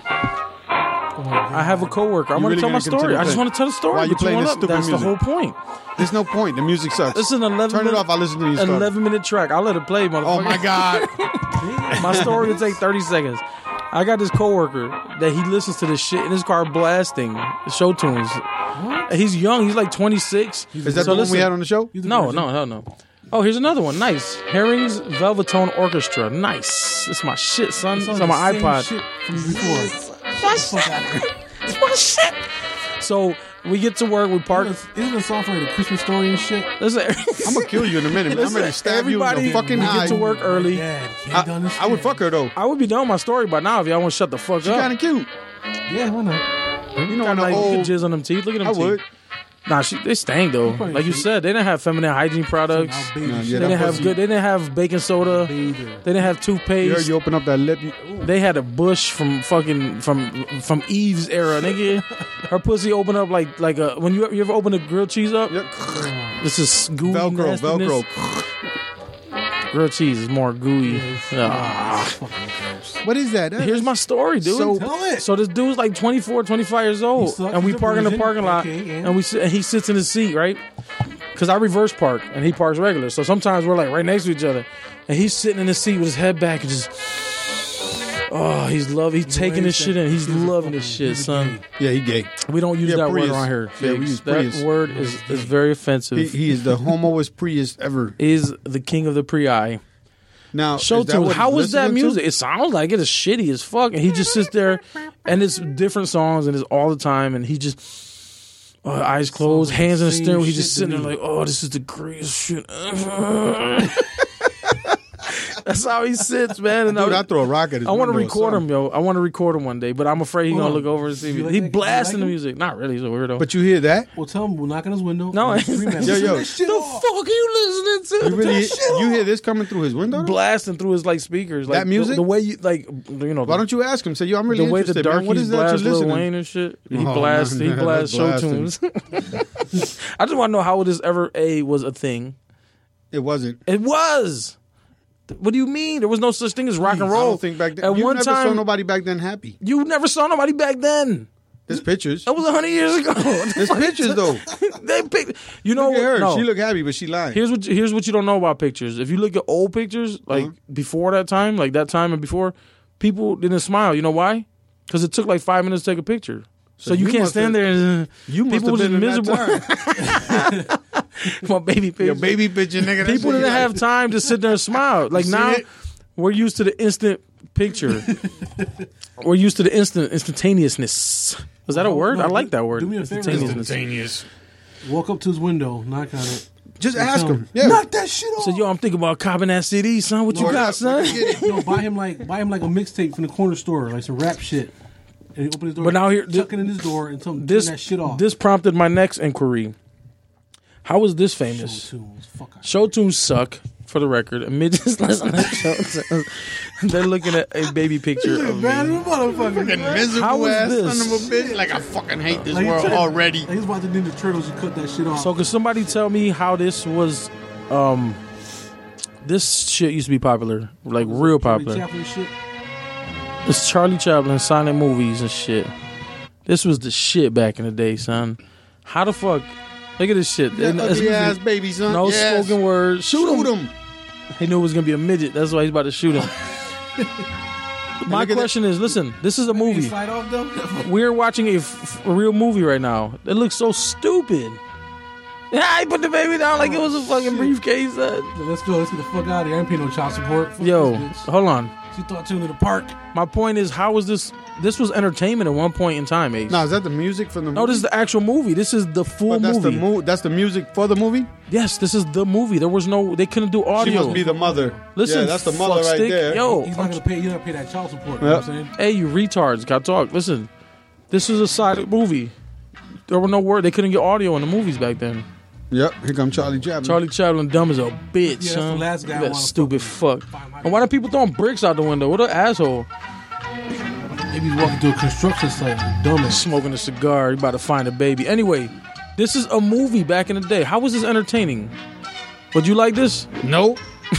I have a coworker. I You want really to tell my gonna story. continue I just playing- want to tell the story. Why you but playing won't this let- stupid That's the whole music? point. There's no point. The music sucks. This is an eleven. Turn it minute, off. I'll listen to your story. Eleven minute track. I will let it play, motherfucker. Oh my god. Oh, My story will take 30 seconds. I got this coworker that he listens to this shit in his car blasting show tunes. He's young. He's like 26. Is that the one we had on the show? No, no, no, no. Oh, here's another one. Nice. Herring's Velvetone Orchestra. Nice. It's my shit, son. It's It's on my the same iPod. Shit from before. It's my shit. So we get to work. We park. Isn't it a song for like a Christmas story and shit? Listen, I'm gonna kill you in a minute. man. I'm listen, gonna stab you in everybody, the fucking we eye. get to work early. Yeah, can't do I, this I would shit. fuck her though. I would be done with my story by now if y'all want to shut the fuck She's up. kind of cute. Yeah, why not? You know, Kinda on the like you old. could jizz on them teeth. Look at them I teeth. would. Nah, she, they stank though. probably Like you should. said, they didn't have feminine hygiene products. Now, They baby, Nah, yeah, shit. that didn't have pussy- good. They didn't have baking soda. They Baby. didn't have You, heard toothpaste. you open up that lip. You, They had a bush from fucking from from Eve's era, nigga. Her pussy opened up like like a when you you ever open a grilled cheese up. Yep. This is gooey Velcro, nastiness. Velcro. Grilled cheese is more gooey. Ah. What is that? That- Here's my story, dude. So- Tell it. So this dude's like 24, 25 years He old, sucks and we the park in the boys in. parking lot, Okay, yeah. and we sit, and he sits in his seat, right? Because I reverse park, and he parks regular. So sometimes we're like right next to each other, and he's sitting in his seat with his head back and just, oh, he's loving, he's taking this shit in, he's loving this shit, son. yeah, he gay. We don't use Yeah, that Prius. word around here. Yeah, we Figs. use that Prius. word is is very offensive. He, he is the homoest Prius ever. is the king of the pre-eye. Now, show is that to what How he's was that listening to? music? It sounds like it is shitty as fuck. And he just sits there, and it's different songs, and it's all the time, and he just. uh, eyes closed, like hands in the the same steering. wheel. He's shit just to sitting there me. like, "Oh, this is the greatest shit ever." That's how he sits, man. And Dude, I, I throw a rock at his I want to window or record something. him, yo. I want to record him one day, but I'm afraid he's Hold gonna on. look over and see You me. like he that guy? You blasting like the him? music. Not really. He's a weirdo. But you hear that? Well, tell him we'll knock on his window. No, and scream at him. Yo, yo. Turn that shit the off. fuck are you listening to? You really? shit You hear this coming through his window? though? blasting through his like speakers. Like That music? the, the way you like, you know, Why the- don't you ask him? Say, yo, I'm really the way the interested. man. darkies What is that blast you're Lil listening? Wayne and shit. He Oh, blasts, no, he no, no, blasts show blasting. tunes. I just want to know how this ever a was a thing. It wasn't. It was. What do you mean? There was no such thing as rock and I roll. don't think back then. At you one never time, saw nobody back then happy. you never saw nobody back then. There's pictures. That was hundred years ago. There's pictures though. they pick. You know Look at her. what? No. She look happy, but she lying. here's what here's what you don't know about pictures. If you look at old pictures, like Mm-hmm. before that time, like that time and before, people didn't smile. You know why? Because it took like five minutes to take a picture. So, you you, can't must stand have- there and you must people have been was in that miserable. time. my baby pictures. Your baby picture, nigga. That's people what you didn't like. have time to sit there and smile. Like see now, it? we're used to the instant picture. we're used to the instant instantaneousness. Is that a word? no, I like do- that word. do me a favor. Instantaneousness. Walk up to his window, knock on it. Just ask tell him. him. Yeah. that shit off. So yo, I'm thinking about copping that CD, son. What you Lord, got, son? no, buy him like buy him like a mixtape from the corner store, like some rap shit. And he open his door. But now here- tuck it in his door and tell him This turn that shit off. this prompted my next inquiry. How was this famous? tunes, fuck. I- Show tunes suck, for the record. And midgets listen to show tunes. They're looking at a baby picture of me. Fucking miserable How is ass this? son of a bitch. Like I fucking hate this Like, he world turned- already. Like he's watching Ninja Turtles. You cut that shit off. So can somebody tell me how this was? Um, this shit used to be popular, like real Charlie popular. Chaplin shit. It's Charlie Chaplin, Sonic movies and shit. This was the shit back in the day, son. How the fuck? Look at this shit. And it's- Ugly ass baby son. no Yes. spoken words. Shoot, Shoot him. him. He knew it was gonna be a midget. That's why he's about to shoot him. My Look at question is: Listen, this is a movie. Slide off though. We're watching a, f- a real movie right now. It looks so stupid. Oh, Yeah, he put the baby down like it was a fucking briefcase. uh, Let's go. Let's get the fuck out of here. I ain't paying no child support. Fuck Yo, this bitch. hold on. she thought to him to the park. My point is, how was this? This was entertainment at one point in time, Ace. Now is that the music from the? No, this is the actual movie. This is the full But that's movie. the mo- That's the music for the movie. yes, this is the movie. There was no, they couldn't do audio. She must be the mother. Listen, yeah, that's the mother fuck right stick. there. Yo, He's not gonna pay. He's not gonna pay that child support. You know Yeah. what I'm saying. hey, you retards, got talk. Listen, this is a silent movie. There were no word. They couldn't get audio in the movies back then. Yep, here come Charlie Chaplin. Charlie Chaplin, dumb as a bitch. Yeah, that's son. the last guy I that wanna stupid fuck. find my- And why do people throwing bricks out the window? What an asshole! Maybe he's walking through a construction site. Dumbass. Smoking a cigar, you about to find a baby. Anyway, this is a movie back in the day. How was this entertaining? Would you like this? Nope.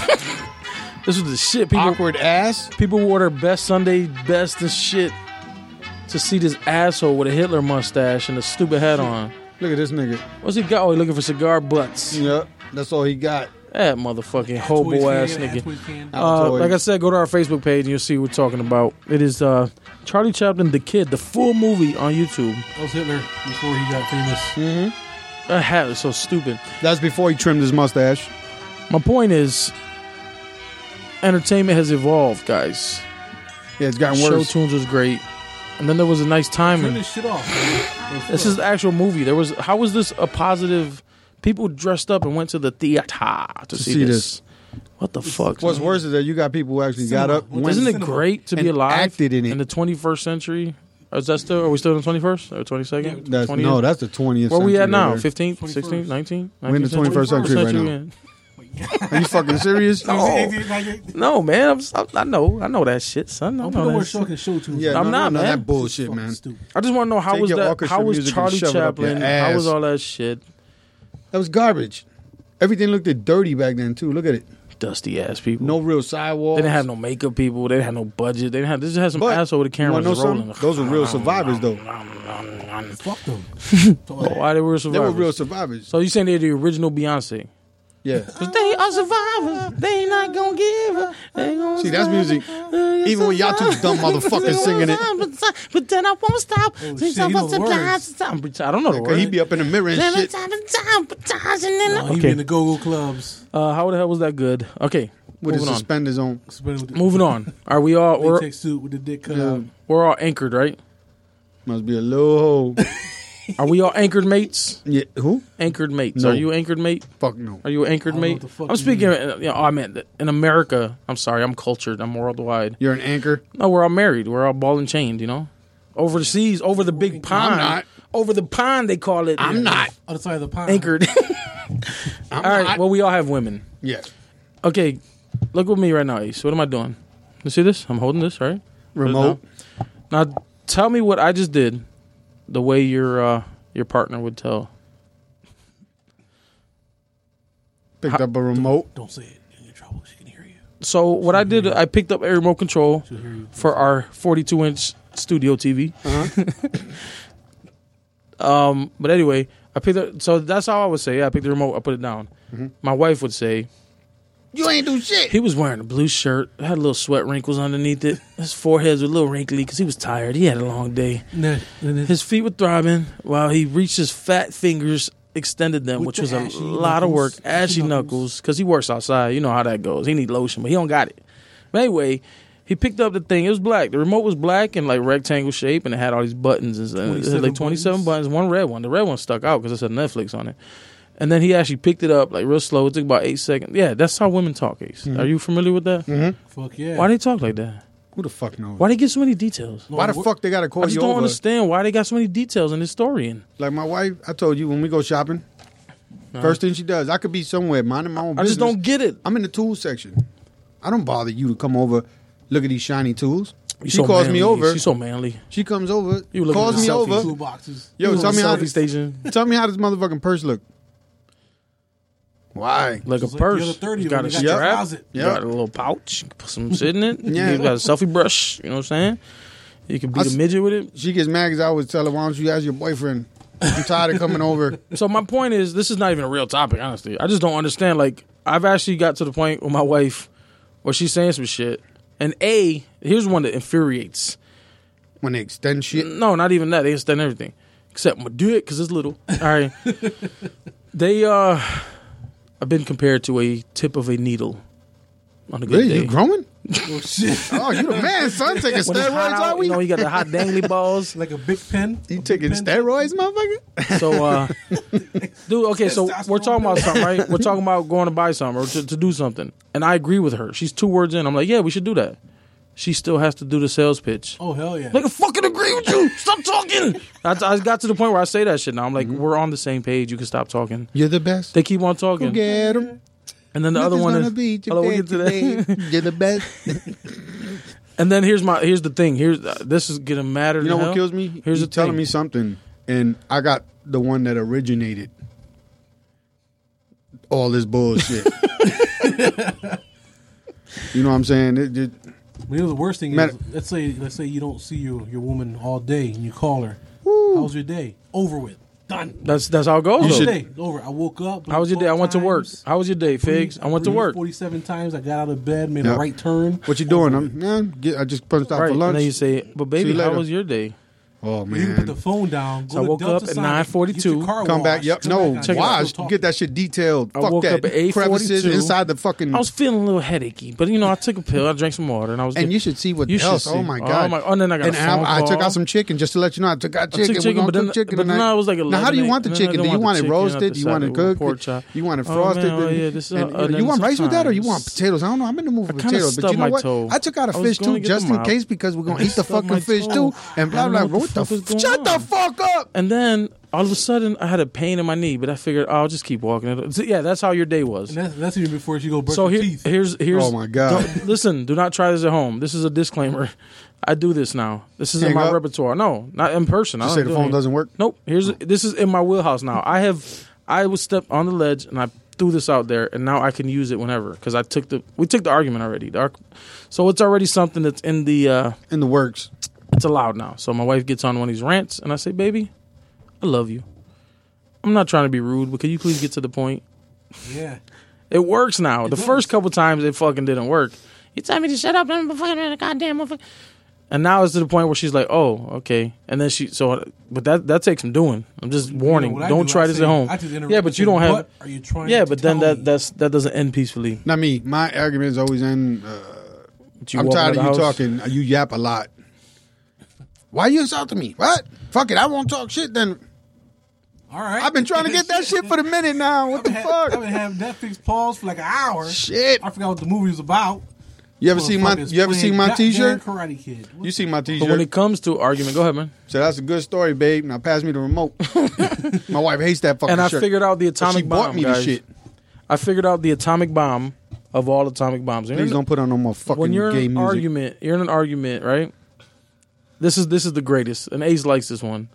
This was the shit. People, Awkward ass. people wore their best Sunday best and shit to see this asshole with a Hitler mustache and a stupid hat on. Look at this nigga. What's he got? Oh, he looking for cigar butts. Yep, that's all he got. That motherfucking hobo ass nigga. Uh, Toy. like I said, go to our Facebook page and you'll see what we're talking about. It is uh, Charlie Chaplin, The Kid, the full movie on YouTube. Mm-hmm. That was Hitler before he got famous. That hat is so stupid. That's before he trimmed his mustache. My point is, entertainment has evolved, guys. Yeah, it's gotten Show worse. tunes was great, and then there was a nice Turn timing. this shit off. man. This is the actual movie. There was how was this a positive? People dressed up and went to the theater to, see, see this. What the fuck? What's man? worse is that you got people who actually got Cinema. up. What went- Isn't it cinema great to be and alive acted in it. the 21st century? Is that still? Are we still in the 21st or 22nd? That's, 20th? no, that's the twentieth. Where we at now? Are 15, 21st. 16, 19? We're in the 21st century right now. you fucking serious? No. I'm No, man. I'm, I, I know. I know that shit, son. I, know putting that more shit. show can show to. Yeah, I'm no, not, no, no, man. That bullshit, man. Stupid. I just want to know how Take was your that? orchestra How was music and Charlie shove it up your Chaplin? How was ass. all that shit? That was garbage. Everything looked dirty back then too. Look at it. Dusty ass people. No real sidewalls. They didn't have no makeup people. They didn't have no budget. They didn't have. They just had some But, asshole with a camera wanna know rolling. something? Those were real survivors, though. Fuck them. Why they were They were survivors? real survivors. so you saying they're the original Beyonce? Yeah. They are survivors. They not gonna give up. They gonna See, that's survive. music. Even when y'all two dumb motherfuckers singing it, Oh, But then I won't stop. shit, he knows words. I don't know the 'Cause words. he'd be up in the mirror and shit. Oh, he Okay. be in the go-go clubs. Uh, how the hell was that good? Okay, with his moving on. suspenders on. Spinning with the Moving on. Are we all we're, latex suit with the dick cut Yeah. out. we're all anchored, right? Must be a little hoe. Are we all anchored mates? yeah, who? Anchored mates. No. Are you anchored mate? Fuck no. Are you an anchored I don't know mate? what the fuck I'm you speaking. You know, I meant that in America. I'm sorry. I'm cultured. I'm worldwide. You're an anchor. No, we're all married. We're all ball and chained. You know, overseas, over the big pond. not. Over the pond, they call it. I'm not. Other side of the pond. anchored. I'm all right. not. Well, uh, we all have women. yeah. Okay, look with me right now, Ace. What am I doing? You see this? I'm holding this, right? Remote. Now tell me what I just did, the way your uh, your partner would tell. Picked up a remote. Don't say it. You're in trouble. She can hear you. So what I did, I picked up a Uh-huh. remote control for our 42 inch studio TV. Um, but anyway, I picked. The, so that's how I would say. Yeah, I picked the remote. I put it down. Mm-hmm. My wife would say You ain't do shit. he was wearing a blue shirt. Had a little sweat wrinkles underneath it. His foreheads were a little wrinkly because he was tired. He had a long day. No, no, no. His feet were throbbing while he reached his fat fingers, extended them, With which the was a ashy lot of work. knuckles. Ashy Ashy knuckles, because he works outside. You know how that goes. He need lotion, but he don't got it. But anyway, he picked up the thing. It was black. The remote was black and like rectangle shape, and it had all these buttons. And stuff. It had 27 like twenty seven buttons. One red one. The red one stuck out because it said Netflix on it. And then he actually picked it up like real slow. It took about eight seconds. Yeah, that's how women talk. Ace, Mm-hmm. are you familiar with that? fuck yeah. Why they talk like that? Who the fuck knows? Why they get so many details? Why the Wh- fuck they gotta I call just you don't over? understand why they got so many details in this story. And Like my wife, I told you when we go shopping, first thing she does, I could be somewhere minding my own I business. just don't get it. I'm in the tool section. I don't bother you to come over, look at these shiny tools. You she so calls manly. me over. She's so manly. she comes over. You looking calls at me the selfie over. Two boxes. Yo, You tell on me the how selfie station Tell me how this motherfucking purse look. Why? like Just a like the purse. other 30 It's got a when they got your strap. closet. You Yep. got a little pouch. You can Put some shit in it. Yeah. You got a selfie brush. You know what I'm saying? You can I beat a s- midget with it. She gets mad because I always tell her, "Why don't you ask your boyfriend?" I'm tired of coming over. So my point is, this is not even a real topic. Honestly, I just don't understand. Like, I've actually got to the point with my wife where she's saying some shit, and a here's one that infuriates. When they extend shit, No, not even that. They extend everything except my dick because it's little. All right. they uh, I've been compared to a tip of a needle on a good really, day. you growing? Oh shit. Oh, you the man, son, taking When it's hot steroids? out, Are we? you know, you got the hot dangly balls. like a big pen. You taking steroids, motherfucker? So, uh, dude, okay, so we're talking about something, right? We're talking about going to buy something or to, to do something. And I agree with her. She's two words in. I'm like, yeah, we should do that. She still has to do the sales pitch. Oh hell yeah. Like, I fucking agree with you. Stop talking. I, I got to the point where I say that shit now. I'm like, Mm-hmm. we're on the same page. You can stop talking. You're the best. They keep on talking. Get 'em. And then the other Nothing's one gonna is beat you, Hold on, we'll get to baby, that. baby. You're the best. And then here's my here's the thing. Here's uh, this is gonna matter. You know to what hell. kills me? Here's you the telling thing. me something, and I got the one that originated all this bullshit. you know what I'm saying? It, it, You know the worst thing Matter- is, let's say let's say you don't see your your woman all day and you call her. How's your day? Over with. Done. That's that's how it goes. How's though. your day? Over. I woke up. How was your day? I went to work. Times. How was your day, Figs? I went to work. Forty-seven times. I got out of bed, made Yep. a right turn. what you doing? I'm, man, get, I just punched out Right. for And then you lunch. say, "But baby, you how later." was your day?" oh You can put the man, phone down. Go So I to woke Delta up at Sonic, 9:42. get your car come back. washed, Yep. come No, back out, Check it out. wash. we'll talk. Get that shit detailed. I Fuck woke that. up at 8:42. Crevices inside the fucking. I was feeling a little headachy, but you know, I took a pill, I drank some water, and I was. and good. you should see what You should else. see. Oh my Oh god! my- and then I got a And I- phone I took call. out some chicken just to let you know. I took out I chicken. took We're chicken, gonna but then, cook chicken but then tonight. I was like, now how do you 11, want the and then I chicken? Do didn't you want it the chicken, I roasted? Do you want it decided with cooked? pork chop. You want it Oh, frosted? man, oh, And- yeah, this is- and uh, you want then rice with that, or you want sometimes- potatoes? I don't know. I'm in the mood for I kinda potatoes, but stubbed you know my what? toe. I took out a I was fish gonna too, get them just in out. case because we're gonna eat the stubbed my fucking fish toe. too. And I blah don't know blah. what What the the? fuck is f- going Shut the on. fuck up! And then all of a sudden, I had a pain in my knee, but I figured oh, I'll just keep walking. It- so, Yeah, that's how your day was. And that's, that's even before she go brush So her here, teeth. here's here's. Oh, my God. don't- Listen, do not try this at home. This is a disclaimer. I do this now. This is in Hang my up? repertoire. No, not in person. I Just don't say the do phone it. doesn't work? Oh. Nope. Here's this is in my wheelhouse now. I have I was stepped on the ledge and I threw this out there and now I can use it whenever because I took the we took the argument already. The arg- so it's already something that's in the uh In the works. it's allowed now. So my wife gets on one of these rants and I say, "Baby, I love you. I'm not trying to be rude, but can you please get to the point?" yeah. It works now. the does. first couple times it fucking didn't work. You tell me to shut up. I'm a fucking a goddamn motherfucker. And now it's to the point where she's like, "Oh, okay." And then she, so, but that that takes some doing. I'm just warning. what I don't do, try I this say- at home. I just interrupt yeah, and but you say, don't have. "What are you trying Yeah, to but then tell that me?" that's that doesn't end peacefully. Not me. My arguments always end. uh, But you I'm walk tired of out you the house. talking. You yap a lot. Why you insulting me? What? Fuck it. I won't talk shit then. All right. I've been trying to get that shit for the minute now. What the Had- I've been fuck? having Netflix pause for like an hour. Shit. I forgot what the movie was about. You ever seen my? Motherfuckers You ever playing seen my goddamn T-shirt? Karate Kid. What You seen my T-shirt? But when it comes to argument, go ahead, man. So that's a good story, babe. Now pass me the remote. my wife hates that fucking And I shirt. figured out the But she atomic bought bomb, me the guys. shit. I figured out the atomic bomb of all atomic bombs. Please don't put on no more fucking when you're gay in an music. argument, you're in an argument, right? This is this is the greatest, and Ace likes this one.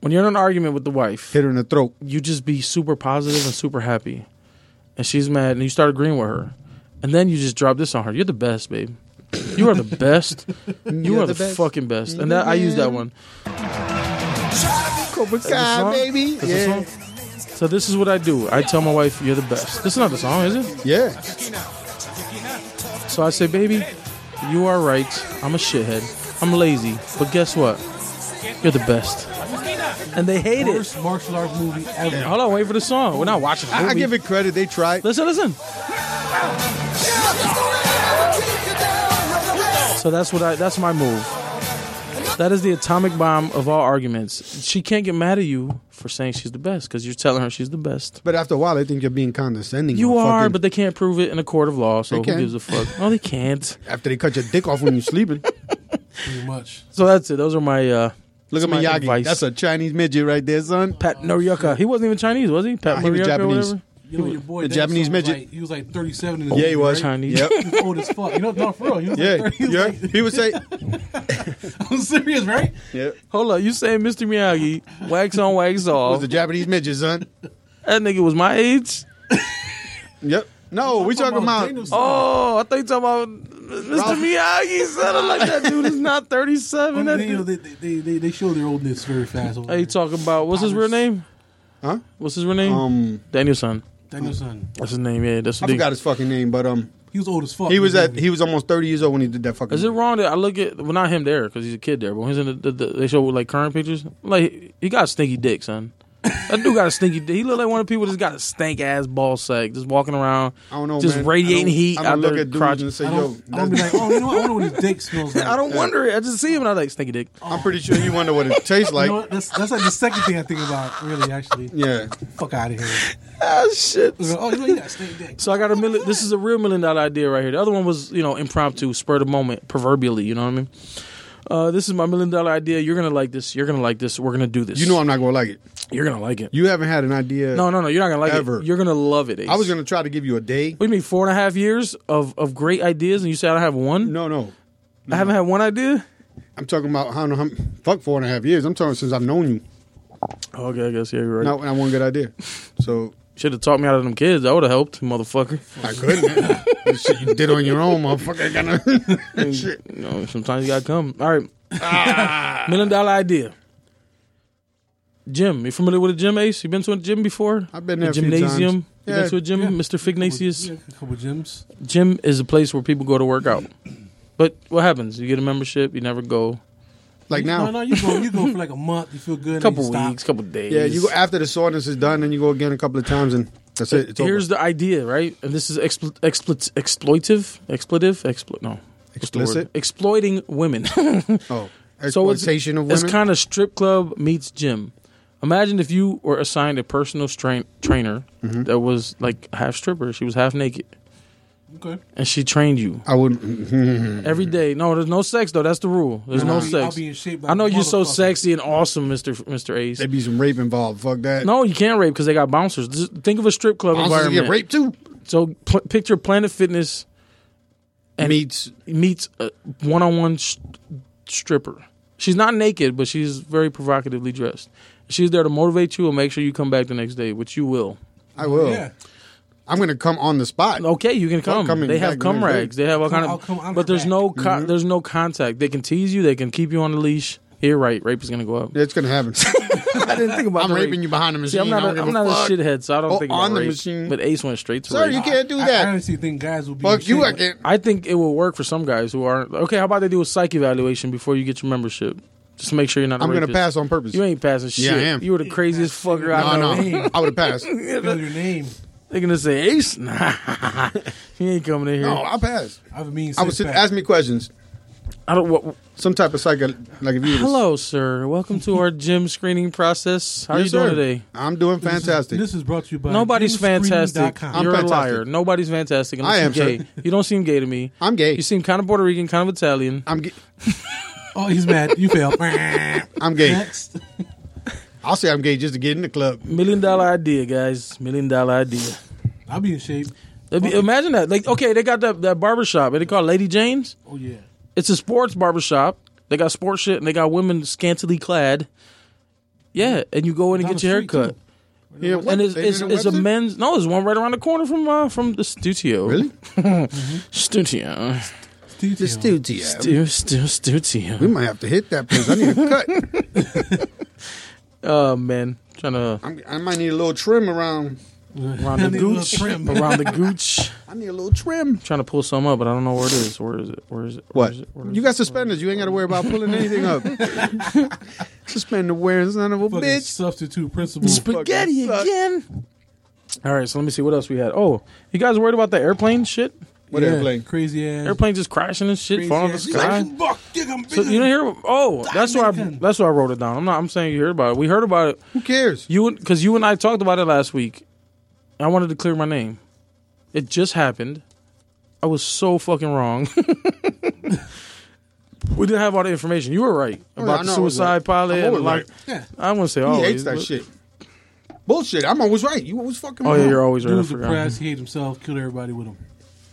When you're in an argument with the wife, Hit her in the throat. you just be super positive and super happy, and she's mad, and you start agreeing with her, and then you just drop this on her. You're the best, babe. You are the best. You You're are the the, best. fucking best. And that I use that one. Try to be Cobra a Kai, song? Uh, baby. Is this Yeah. song? So this is what I do. I tell my wife, "You're the best." This is not the song, is it? yeah. So I say, "Baby, you are right. I'm a shithead. I'm lazy. But guess what? You're the best." And they hate it. Worst martial art movie ever. Hold on, wait for the song. We're not watching. The I, movie. I give it credit. They tried. Listen, listen. So that's what I. That's my move. That is the atomic bomb of all arguments. She can't get mad at you for saying she's the best because you're telling her she's the best. But after a while, they think you're being condescending. You on are, fucking- but they can't prove it in a court of law. So They who can. gives a fuck? No, they can't. after they cut your dick off when you're sleeping, Pretty much. So that's it. Those are my. uh look at my Miyagi. advice. That's a Chinese midget right there, son. Pat Noriuka. He wasn't even Chinese, was he? Pat Nah, he was Noriuka or Japanese. whatever? You know your boy. The Denzel Japanese was midget. Like, he was like 37 in the Yeah, he was. Chinese. Yep. He was old as fuck. You know, no, for real. He was like Yeah, 30. He was yeah. like- He would say, I'm serious, right? "Yeah, Hold up, you saying Mr. Miyagi, wax on, wax off? was the Japanese midget, son." that nigga was my age. Yep. No, we talking about Oh, I thought you talking about Mr. Ralph- Miyagi. Said I'm like that dude is not 37. That they, you know, dude. they, they, they, they show their oldness very fast. over Hey, you there. talking about what's his real name? Huh? What's his real name? um. Danielson. Danielson. That's his name. Yeah, that's I the dude. forgot his fucking name, but um, He was old as fuck. he was at old. he was almost thirty years old when he did that fucking. Is it wrong that I look at well not him there because he's a kid there, but when he's in the, the, the they show like current pictures, like he got a stinky dick, son. That dude got a stinky dick. He look like one of the people that's got a stank ass ball sack, just walking around, I don't know, just man. radiating I don't- heat I out don't look their at dudes crotch. and say, I "Yo, don't, I don't be like, oh, you know what? I wonder what his dick smells like. I don't wonder it. I just see him and I like stinky dick. I'm pretty sure you wonder what it tastes You like." know what? That's, that's like the second thing I think about, really, actually. Yeah. Fuck out of here. Ah shit. Oh, you know, you got snake dick. So I got a million. This is a real million dollar idea right here. The other one was, you know, impromptu, spur of the moment, proverbially. You know what I mean? Uh, this is my million dollar idea. You're gonna like this. You're gonna like this. We're gonna do this. You know I'm not gonna like it. you're gonna like it. You haven't had an idea. no, no, no. You're not gonna like Ever. it. You're gonna love it. Ace. I was gonna try to give you a day. What do you mean? Four and a half years of of great ideas, and you say I don't have one. No, no. I haven't had one idea. I'm talking about I don't know how fuck four and a half years. I'm talking since I've known you. Oh, Okay, I guess yeah, you're right. Not not one good idea. So Should have taught me out of them kids. That would have helped, motherfucker. I couldn't. man. this shit you did on your own, motherfucker. Gonna shit. You know, sometimes you gotta come. All right, million dollar idea. Gym. You familiar with a gym, Ace? You been to a gym before? I've been A there a few gymnasium. times. You Yeah. been to a gym, Yeah. Mr. Fignasius? Yeah, a couple gyms. Gym is a place where people go to work out. But what happens? You get a membership, you never go. Like No, no, now. you go, you go for like a month. You feel good. A couple and you weeks, Stop. couple days. Yeah, you go after the soreness is done, then you go again a couple of times and that's it. It's Here's over. the idea, right? And this is expl- expl- exploitive, expletive, explo- no, What's the word? Explicit? exploiting women. Oh. So it's- Exploitation of It's women. kind of strip club meets gym. Imagine if you were assigned a personal strain- trainer Mm-hmm. that was like half stripper. She was half naked Okay. and she trained you I would every day. No, there's no sex though. That's the rule. There's no I'll be- I'll sex. be in shape like I know you're so motherfucker. sexy and awesome, Mister Mister Ace. there'd be some rape involved. Fuck that. No, you can't rape because they got bouncers. Just think of a strip club I'm supposed to environment. get raped too. So pl- picture Planet Fitness And- Meets meets a one-on-one sh- stripper. She's not naked, but she's very provocatively dressed. She's there to motivate you and make sure you come back the next day, which you will. I will. Yeah. I'm gonna come on the spot. Okay, you can come. coming They back have the cum next day. Mm-hmm. rags. They have all kind I'll of. come on but her there's back. no con- there's no contact. They can tease you. They can keep you on the leash. You're right. Rape is gonna go up. It's gonna happen. I didn't think about. I'm the raping rape. you behind the machine. See, I'm I not. don't A, give I'm not a fuck. shithead, so I don't Oh, think on about the rape. machine. But Ace went straight to Sir, rape. you can't do I- I that. honestly think guys will be. in Fuck you shape. again. I think it will work for some guys who aren't. Okay, how about they do a psych evaluation before you get your membership, just to make sure you're not. a I'm gonna rapist. pass on purpose. You ain't passing shit. Yeah, I am. You were the craziest fucker I no, know. no, I would have passed. Feel your name. They're gonna say Ace. Nah, he ain't coming in here. No, I passed. I have a mean. I would sit, ask me questions. I don't. What, Some type of psycho, like if you. was- hello, sir. Welcome to our gym screening process. How are Yes, you doing sir. today? I'm doing This is- fantastic. This is brought to you by Nobody's fantastic. gamescreen.com. I'm You're fantastic. a liar. Nobody's fantastic. Unless I am, you're gay. sir. You don't seem gay to me. I'm gay. You seem kind of Puerto Rican, kind of Italian. I'm ga- Oh, he's mad. You failed. I'm gay. Next. I'll say I'm gay just to get in the club. Million dollar idea, guys. Million dollar idea. I'll be in shape. That'd be- imagine that. Like, okay, they got that that barber shop. They call it Lady Jane's. Oh yeah. It's a sports barbershop. They got sports shit and they got women scantily clad. Yeah, and you go in and Down get the your hair street, cut. too. Yeah, And it's, it's, it's a men's. No, there's one right around the corner from uh, from the studio. Really? Studio. Studio. The studio. Stu- stu- We studio. might have to hit that place. I need a cut. Oh man, trying to I'm, I might need a little trim around. around the need a little gooch, trim. around the gooch. I need a little trim. Trying to pull some up, but I don't know where it is. Where is it? Where is it? Where What? is it? Where is you it? got suspenders. You ain't got to worry about pulling anything up. Suspender wearing son of a Fucking bitch. substitute principal. spaghetti fucking suck. again. All right, so let me see what else we had. Oh, you guys worried about the airplane shit? What Yeah, airplane? Crazy ass. Airplane just crashing and shit, Crazy falling off the sky. ass. Buck, dig 'em, Er- So bitch. you didn't hear? Oh, that's why. I, Dominican. that's why I wrote it down. I'm not. I'm saying you heard about it. We heard about it. Who cares? You because you and I talked about it last week. I wanted to clear my name. It just happened. I was so fucking wrong. we didn't have all the information. You were right Oh, about I the know I was right. suicide pilot. I'm and always like, Yeah. I wouldn't say always. he hates that but- shit. Bullshit. I'm always right. You always fucking Oh wrong. yeah, you're always right. I Dude's forgot. depressed. He hate himself. Killed everybody with him.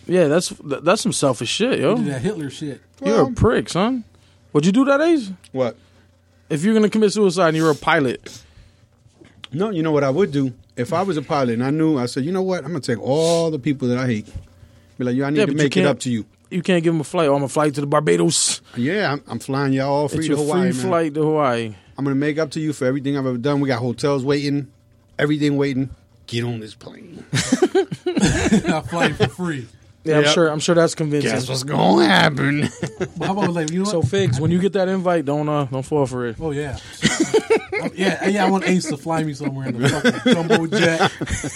Yeah, that's that, that's some selfish shit, yo. Did that Hitler shit. You're a prick, son. Would you do that, Ace? What? If you're gonna commit suicide and you're a pilot, No, you know what I would do? If I was a pilot and I knew, I said, you know what? I'm going to take all the people that I hate. Be like, yo, I need Yeah, to but you make it can't- up to you. you can't give him a flight. Oh, I'm gonna fly to the Barbados. Yeah, I'm, I'm flying y'all all free it's to your Hawaii, free man. flight to Hawaii. I'm going to make up to you for everything I've ever done. We got hotels waiting, everything waiting. Get on this plane. I fly for free. Yeah, I'm Yep. sure. I'm sure that's convincing. Guess what's going to happen? But how about like you know what? So figs, when you get that invite, don't uh, don't fall for it. Oh yeah, yeah, yeah. I want Ace to fly me somewhere in the fucking jumbo jet.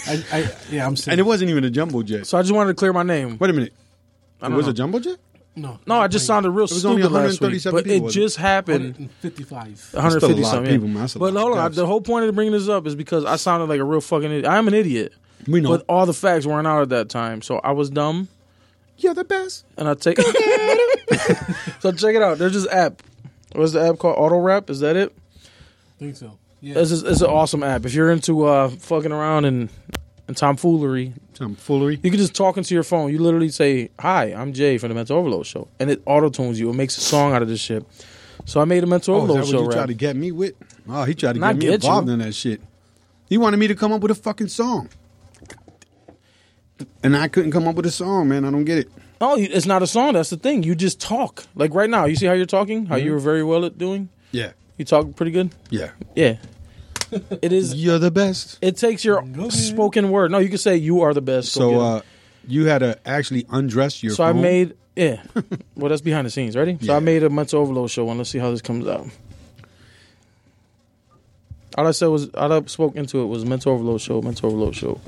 I, I, yeah, I'm and it saying wasn't even a jumbo jet. So I just wanted to clear my name. Wait a minute. It don't was know. a jumbo jet? no, No, I just sounded real was stupid only last week, 137 but it people, wasn't just happened. 155. 150 lot of something. people, yeah. man. That's a But lot. hold on, I- That's- the whole point of bringing this up is because I sounded like a real fucking. Idiot. I am an idiot. We know. But all the facts weren't out at that time, so I was dumb. You're the best. And I take. so check it out. There's this app. What's the app called? Auto Rap. Is that it? think so. Yeah, It's, just- it's an awesome app. If you're into uh, fucking around and and tomfoolery, Tomfoolery. You can just talk into your phone. You literally say, "Hi, I'm Jay from the Mental Overload Show," and it auto tunes you. It makes a song out of this shit. So I made a Mental Oh, is that Overload what Show you tried rap. to get me with? Oh, he tried to Not get me get involved you. in that shit. He wanted me to come up with a fucking song. And I couldn't come up with a song, man. I don't get it. No, Oh, you- it's not a song. That's the thing. You just talk. Like right now, you see how you're talking. Mm-hmm. How you were very well at doing. Yeah. You talk pretty good. Yeah. Yeah. it is. You're the best. It takes your ahead. spoken word. No, you can say you are the best. Go So get 'em. uh, you had to actually undress your so I phone? made yeah. well, that's behind the scenes. Ready? So Yeah. I made a Mental Overload Show one. Let's see how this comes out. All I said was all I spoke into it was Mental Overload Show. Mental Overload Show.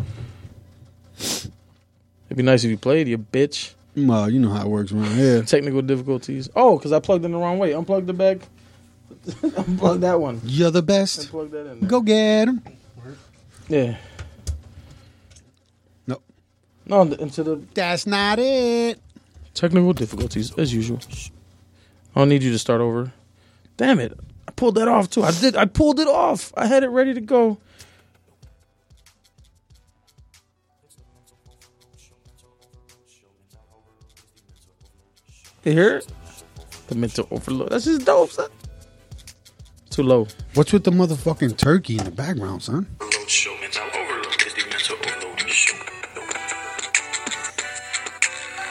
It'd be nice if you played, you bitch. Well, you know how it works around here. Technical difficulties. Oh, because I plugged in the wrong way. Unplugged it back. Unplug that one. You're the best. Plug that in. There. Go get him. Yeah. No. No, into the That's not it. Technical difficulties as usual. I'll need you to start over. Damn it. I pulled that off too. I did I pulled it off. I had it ready to go. You hear it? The mental overload. That's just dope, son. Too low. What's with the motherfucking turkey in the background, son? overload show. Mental overload is the mental overload show.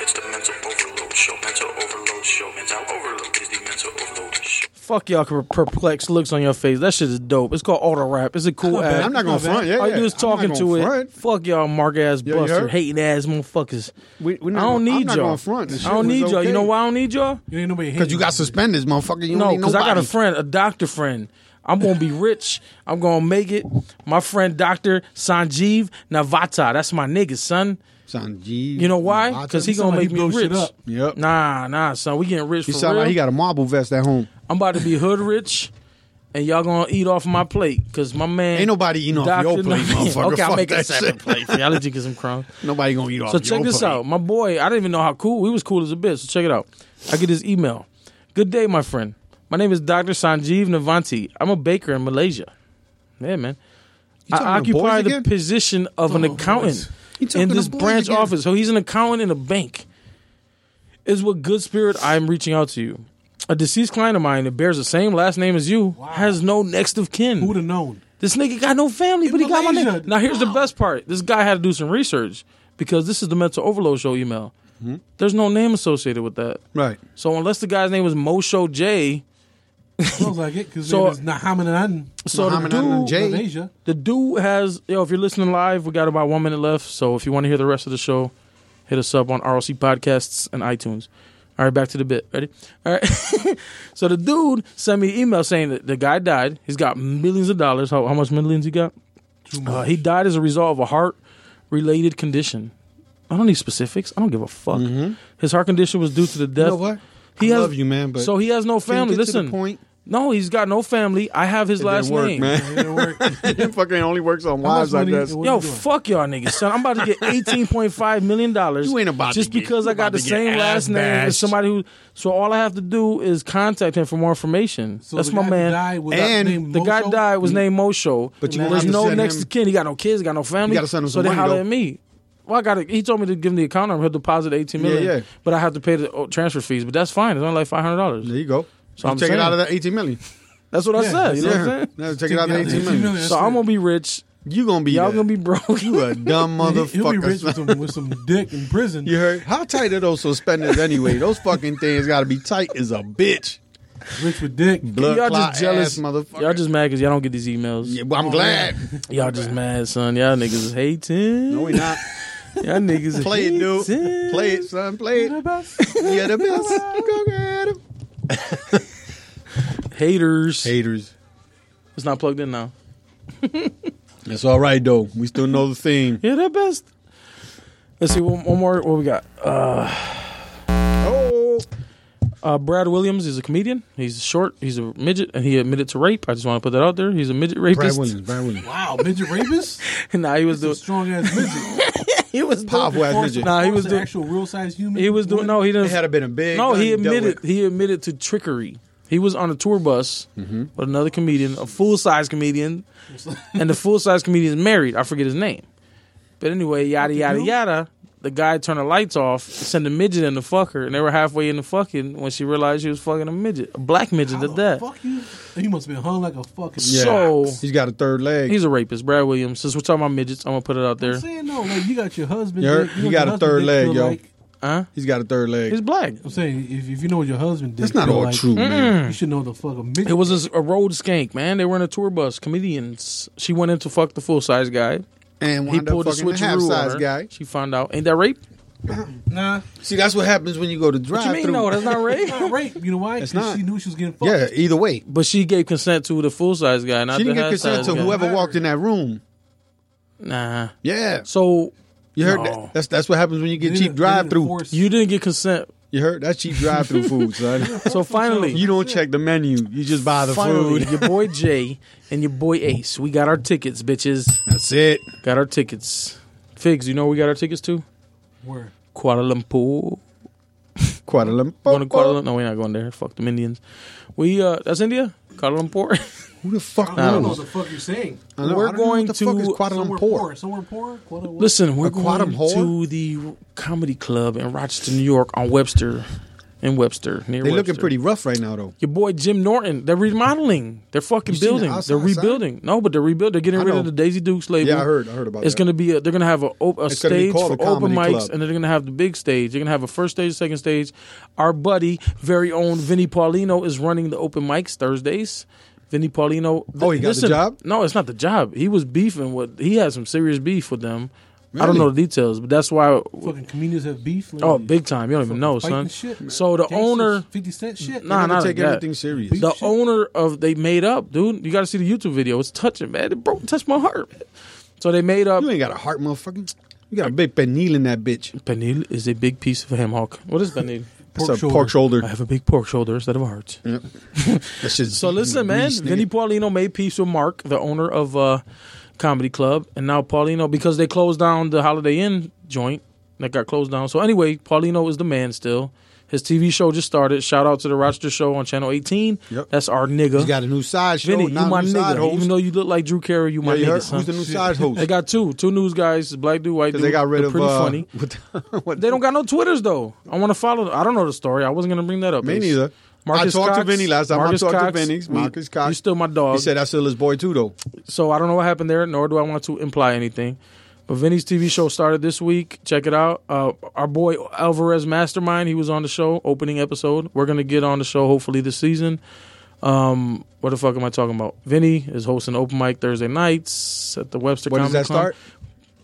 It's the mental overload show. Mental overload show. Mental overload is the mental overload show. Fuck y'all per- perplexed looks on your face. That shit is dope. It's called auto rap. It's a cool app. I'm not gonna front. Yeah, All you yeah. do is I'm not talking gonna to front. it. Fuck y'all, mark ass you buster, heard? hating ass motherfuckers. We, we're I don't I'm need not y'all. Going front. This I shit don't was need y'all. You okay. know why I don't need y'all? you ain't nobody Because you got suspenders, motherfucker. You No, don't need because I got a nobody. friend, a doctor friend. I'm gonna be rich. I'm gonna make it. My friend Doctor Sanjeev Navata. That's my nigga, son. Sanjeev. You know why? Navata. Because he sound gonna like make he me blow shit rich. up. Yep. Nah, nah, son. We getting rich He for sound real. like he got a marble vest at home. I'm about to be hood rich, and y'all gonna eat off my plate. Cause my man Ain't nobody eating off Dr. your plate, Navata- motherfucker. Okay, I'll Fuck make a that separate shit. plate. for Y'all let you get some crumbs. Nobody gonna eat off. So check your this plate. out. My boy, I didn't even know how cool we was cool as a bitch. So check it out. I get his email. Good day, my friend. My name is Dr. Sanjeev Navanti. I'm a baker in Malaysia. Yeah, man. I talking to boys occupy the again? Oh, position of an accountant You talking in to this boys branch again? office. So he's an accountant in a bank. Is with good spirit I'm reaching out to you. A deceased client of mine that bears the same last name as you has no next of kin. Who would have known? This nigga got no family, but he got my Malaysia. name. Now here's the best part. This guy had to do some research because this is the mental overload show email. Hmm? There's no name associated with that. Right. So unless the guy's name was Mosho J, Sounds like it because So- so, it's Nahamanan So the Muhammad Ali and dude, Jay. of Asia. the dude has yo. If you're listening live, we got about one minute left. So if you want to hear the rest of the show, hit us up on RLC Podcasts and iTunes. All right, back to the bit. Ready? All right. so the dude sent me an email saying that the guy died. He's got millions of dollars. How, how much millions he got? Uh, he died as a result of a heart-related condition. I don't need specifics. I don't give a fuck. His heart condition was due to the Mm-hmm. death. You know what? He I has- love you, man, but so he has Can no you family. get to the Listen, point? no, he's got no family. I have his It last didn't work, name. man. It worked. it fucking only works on wives like money- that. what- Yo, you doing? fuck y'all niggas, son. I'm about to get eighteen point five million dollars. You ain't about to just get- because you I got about the to get same last ass name as bashed. somebody who. So all I have to do is contact him for more information. So That's the my guy man. Died was And named the guy Mosho? died was named Mosho. Mm-hmm. But you there's gonna have to no send next him- to kin. He got no kids. He got no family. gotta send him so some they money, holler though. at me. Well, I got. to He told me to give him the account number. He'll deposit eighteen million. Yeah, yeah. But I have to pay the oh, transfer fees. But that's fine. It's only like five hundred dollars. There you go. So you I'm take saying. it out of that 18 million. That's what I Yeah, said. You know yeah. what I'm saying? No, take it out of that 18 18 million. million. So I'm gonna be rich. You gonna be Y'all that. gonna be broke. you a dumb He'll- He'll be rich motherfucker. with some, with some dick in prison. You heard? How tight are those suspenders anyway? Those fucking things got to be tight as a bitch. Rich with dick. Blood y'all clot just jealous, ass motherfucker. Y'all just mad because y'all don't get these emails. Yeah, well, I'm glad. Y'all just mad, son. Y'all niggas is hating. No, we not. Y'all niggas is Play it, dude. hating. Play it, son. Play it. Yeah, the best. Go get 'em. Haters. Haters. It's not plugged in now. That's all right though. We still know the theme. Yeah, the best. Let's see one, one more. What we got? Oh, Uh, Brad Williams is a comedian. He's short. He's a midget, and he admitted to rape. I just want to put that out there. He's a midget Brad rapist. Williams. Brad Williams. Wow, midget rapist? nah, he was Some doing. strong ass midget. He was Pop doing. ass midget. Nah, he was an doing- actual real size human. He was doing. No, he It didn't. had to been a big. No, gun he he dealt admitted with. he admitted to trickery. He was on a tour bus Mm-hmm. with another comedian, a full size comedian, and the full size comedian is married. I forget his name, but anyway, yada yada do? yada. The guy turned the lights off, sent a midget in the fucker, and they were halfway in the fucking when she realized she was fucking a midget, a black midget How to the death. Fuck you. You must have been hung like a fucking. Yeah. So He's got a third leg. he's a rapist, Brad Williams. Since we're talking about midgets, I'm gonna put it out I'm there. saying no, like you got your husband. You're- dick, you want got your a husband third dick leg, feel yo. Like, Huh? he's got a third leg. He's black. I'm saying if, if you know what your husband did, That's not feel all like, true, man. You should know the fuck a midget. It was a, a road skank, man. They were in a tour bus, comedians. She went in to fuck the full size guy. And He wound pulled a up fucking a switcheroo half on size her. guy. She found out. Ain't that rape? nah. See, that's what happens when you go to drive What you mean? through. No, that's not rape. Not rape. You know why? It's 'Cause not. She knew she was getting fucked. yeah, either way. but she gave consent to the full size guy, not She the didn't get half consent size to guy. whoever walked in that room. Nah. Yeah. So You heard No. that? That's that's what happens when you They get didn't- cheap drive they through. didn't force- you didn't get consent. You heard that cheap drive through food, son. So finally, You don't check the menu. You just buy the finally, food. your boy Jay and your boy Ace, we got our tickets, bitches. That's it. Got our tickets. Figs, you know where we got our tickets to? Where? Kuala Lumpur. Kuala Lumpur. Going to Kuala Lumpur. No, we're not going there. Fuck them Indians. We uh, that's India. Kuala Lumpur. Who the fuck I don't know knows? what the fuck you're saying. I know, We're I don't know what going the fuck to- is Kuala Somewhere Lumpur. poor. Somewhere poor. Kuala- what? Listen, we're Aquatum going whore? to the comedy club in Rochester, New York, on Webster, in Webster near. They looking Webster. pretty rough right now, though. Your boy Jim Norton, they're remodeling. They're fucking You seen the building. outside They're rebuilding. No, but they're rebuilding. They're getting I rid know. of the Daisy Dukes label. Yeah, I heard. I heard about It's that. gonna be. A, they're gonna have a, op- a It's gonna be stage called for a open comedy mics, club. and they're gonna have the big stage. They're gonna have a first stage, second stage. Our buddy, very own Vinny Paulino, is running the open mics Thursdays. Vinny Paulino. Oh, he got the job? No, it's not the job. He was beefing with. He had some serious beef with them. I don't Really? know the details, but that's why. Fucking comedians have beef. Like, Oh, big time! You don't even know, fighting son. shit. so the Gangsters, owner, Fifty Cent shit. Nah, They not take like that. everything serious. the shit. owner of they made up, dude. You got to see the YouTube video. It's touching, man. It broke, touched my heart. Man. So they made up. You ain't got a heart, motherfucker. You got a big penile in that bitch. Panil is a big piece of ham hock. What is panil? That's a pork shoulder. I have a big pork shoulder instead of a heart. That shit's So listen, man. greased, nigga. Vinny Paulino made peace with Mark, the owner of uh, Comedy Club, and now Paulino because they closed down the Holiday Inn joint that got closed down. So anyway, Paulino is the man still. His TV show just started. Shout out to the Rochester show on Channel 18. Yep. That's our nigga. He's got a new side show. Vinny, you not a my new side nigga. host. Even though you look like Drew Carey, you my Yeah, you nigga. heard? Son. Who's the new side host? They got two, two news guys, black dude, white dude. Because they got rid They're of. pretty uh, funny. What, what, They don't got no Twitters though. I want to follow. them. I don't know the story. I wasn't gonna bring that up. Me Ace. neither. Marcus I talked to Cox- Vinny last time. Marcus I talked Cox, to Vinny. we- Marcus Cox. You still my dog. He said I still his boy too, though. so I don't know what happened there, nor do I want to imply anything. But Vinny's TV show started this week. Check it out. Uh, our boy Alvarez Mastermind, he was on the show, opening episode. We're gonna get on the show hopefully this season. Um, what the fuck am I talking about? Vinny is hosting open mic Thursday nights at the Webster. When does Comedy that Club. start?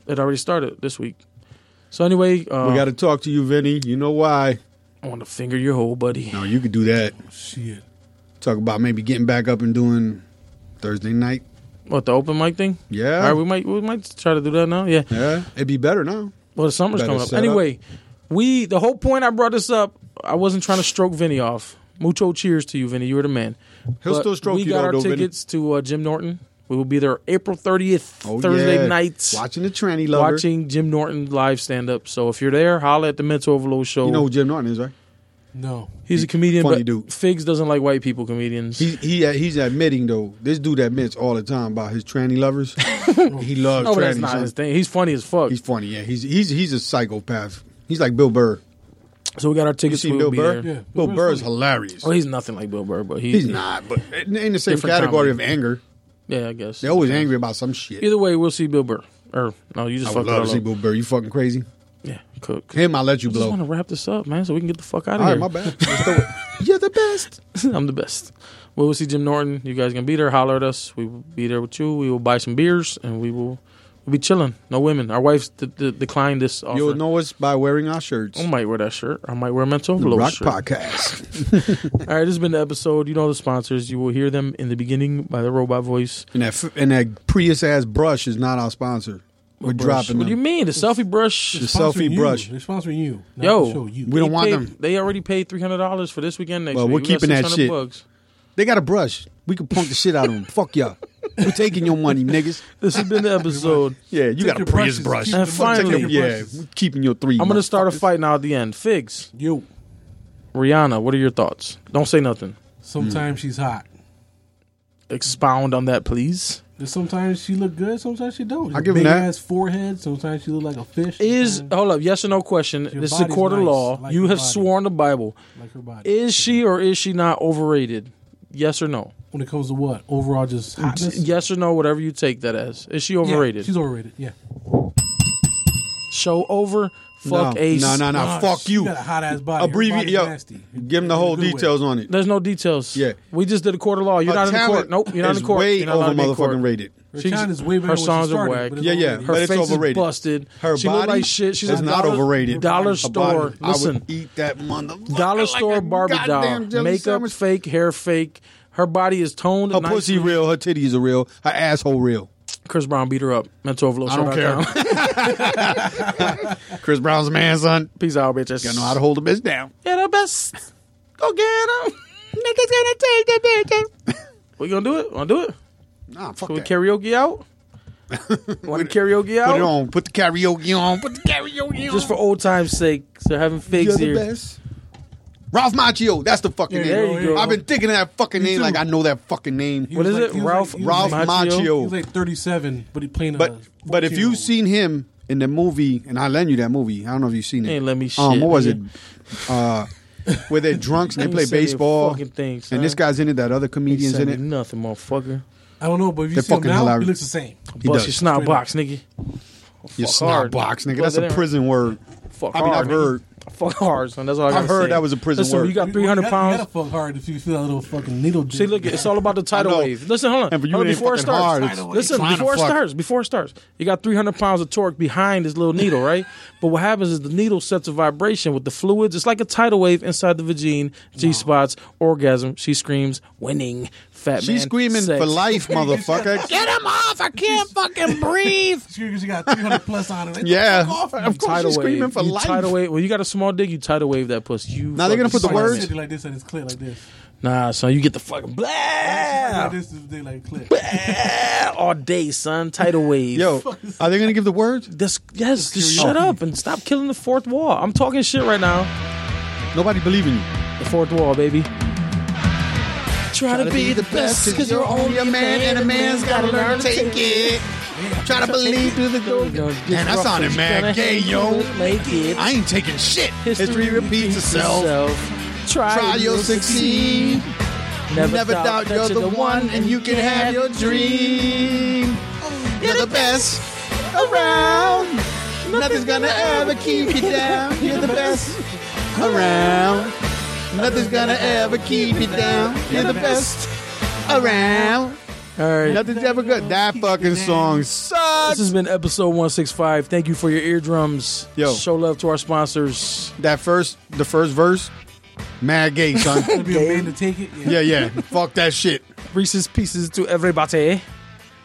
It already started this week. So anyway, uh, we got to talk to you, Vinny. You know why? I want to finger your hole, buddy. No, you could do that. Shit. Talk about maybe getting back up and doing Thursday night. What the open mic thing? Yeah. All right, we might we might try to do that now. Yeah. Yeah, it'd be better now. Well, the summer's Better coming up. set up. Anyway, we the whole point I brought this up. I wasn't trying to stroke Vinny off. Mucho cheers to you, Vinny. You were the man. He'll But still stroke We you got though, our though, Vinny. tickets to uh, Jim Norton. We will be there April thirtieth, Oh, Thursday yeah. night, Watching the tranny lover. watching Jim Norton live stand up. So if you're there, holla at the Mental Overload Show. You know who Jim Norton is, right? No. he's a comedian, funny but dude. Figs doesn't like white people comedians. He, he he's admitting though. This dude admits all the time about his tranny lovers. he loves no, but that's trannies. not son. his thing. He's funny as fuck. He's funny. Yeah, he's he's he's a psychopath. He's like Bill Burr. so we got our You tickets. seen Bill We'll be Burr? there. Yeah. Bill Bill Burr's Burr's hilarious. Oh, he's nothing like Bill Burr, but he, He's not, but in in the same Different category comedy. of anger. Yeah, I guess. They're always angry about some shit. Either way, we'll see Bill Burr. Or no, you just I fucked would it all love to see up. Bill Burr. You fucking crazy? Yeah, cook. Him, I'll let you I just blow. want to wrap this up, man, so we can get the fuck out of All here. right, my bad. Let's do it. You're the best. I'm the best. Well, we'll see Jim Norton. You guys gonna be there? Holler at us. We will be there with you. We will buy some beers and we will we'll be chilling. No women. Our wives d- d- declined this offer. You'll know us by wearing our shirts. I might wear that shirt. I might wear a mental The overload Rock Oh, shirt. Podcast. All right, this has been the episode. You know the sponsors. You will hear them in the beginning by the robot voice. And that, f- and that Prius ass brush is not our sponsor. We're Brush. dropping What do you them. mean? The selfie brush. The selfie Sponsoring you. brush. They're sponsoring you. not Yo. the show, you. We don't want paid- them. They already paid three hundred dollars for this weekend. Next Well, week. we're We got keeping that 600 shit. Bucks. They got a brush. We can punk the shit out of them. Fuck y'all. We're taking your money, niggas. This has been the episode. Yeah, you Take got a your Prius brushes. brush. Keep And the- finally- take your yeah, brushes. we're keeping your three. I'm gonna motherfuckers. start a fight now at the end. Figs, Yo. Rihanna, what are your thoughts? Don't say nothing. Sometimes she's hot. Expound on that, please. And Sometimes she look good. Sometimes she don't. I give 'em Big that. ass forehead. Sometimes she look like a fish. Is sometimes hold up, yes or no question. Your this is a body's court of nice, law. like you your have body. sworn the Bible. like her body. Is she or is she not overrated? Yes or no? when it comes to what overall, just hotness. Yes or no, whatever you take that as. Is she Yeah, overrated? she's overrated. Yeah. Show over. Fuck no, Ace. No, no, no. Nah, Fuck she you. got a hot ass body. Her Abbreviate. body's Yo, nasty. give him the In a whole good way. details on it. There's no details. Yeah. We just did a court of law. You're Her not in the court. talent Nope. You're not in is the court. Way you're not allowed over to be in court. motherfucking rated. Her She's- talent is way better her when she songs are started, whack. but Yeah, yeah. overrated. Her but it's face overrated. is busted. Her she body looked like shit. She's is a not dollar- overrated. Dollar Her store. body, I Listen, would eat that motherfucker. dollar like store a Barbie doll. goddamn jelly Makeup sandwich. fake, hair fake. Her body is toned. Her nicely. pussy real. Her titties are real. Her asshole real. Chris Brown beat her up. Mental overload. I don't show.com. Chris Brown's man, son. Peace out, bitches. Gotta know how to hold a bitch down. You're the best. Go get him. Niggas gonna take the bitches. we gonna do it? Wanna do it? Nah, fuck Can we that. karaoke out? Wanna karaoke Put it out? on. Put the karaoke on. Put the karaoke on. Just for old time's sake. They're having figs You're the here. best. Ralph Macchio. That's the fucking Yeah, name. there you go. I've been thinking of that fucking name too. like I know that fucking name. He What was is like- it? he was like- Ralph he Ralph was like- Macchio. He was like 37, but he playing But Uh, a. but if you've seen 14-year-old. him in the movie, and I lent you that movie, I don't know if you've seen it. Ain't let me Um, shit, what was it? nigga. Uh, where they're drunks and they Ain't play said any baseball, fucking thing, son. and this guy's in it. That other Ain't comedian's said in me it. Nothing, motherfucker. I don't know, but if you They're see him fucking now, hilarious. he looks the same. He Bust does. your snot Straight box, nigga. Your Fuck snot hard. box, nigga. Well, That's a that ain't- prison word. Fuck I mean, hard. I've nigga. heard. Fuck hard, son. That's all I I've gotta heard say. that was a prison Listen, word. You got 300 you pounds. You gotta fuck hard if you feel that little fucking needle. See, look, it's all about the I tidal know. wave. Listen, hold on. And for you, Hold on, it ain't before it fucking starts, hard. Tidal wave. listen, Trying to before it fuck. starts, before it starts, you got 300 pounds of torque behind this little needle, right? but what happens is the needle sets a vibration with the fluids. It's like a tidal wave inside the vagina, G spots, orgasm. She screams, winning, fat man. She's screaming sex. for life, motherfucker. Get him off! I can't fucking breathe. Because you got 300 plus on it. Yeah, Fuck off. of course Tidal she's screaming wave. for you life. Tidal wave. Well, you got a small dick, you tidal wave that pussy. You Now they're gonna fucking put the slam words- it. Like this and it's clit like this. Nah, son, you get the fucking Like blah, this is they like clit. blah all day, son. Tidal wave. Yo, are they gonna give the words? This, yes, just shut up and stop killing the fourth wall. I'm talking shit right now. Nobody believe in you. The fourth wall, baby. Try, to, be, the best, cause you're only a man, and a man's gotta learn to take it. Try to believe through the door. Man, I sounded mad gay, yo. Make it. I ain't taking shit. History, History repeats itself. Try, Try, and you'll you'll succeed. Never, Never doubt you're the one, and you can have your dream. You're the best around. Nothing's gonna ever keep you down. You're the best around. Nothing's gonna ever keep you down. You're the best around. All right. Nothing's ever good. That fucking song This sucks. has been episode 165. Thank you for your eardrums. Yo. Show love to our sponsors. That first, the first verse, mad gay son. Be a man to take it. yeah, yeah. Fuck that shit. Reese's Pieces to everybody.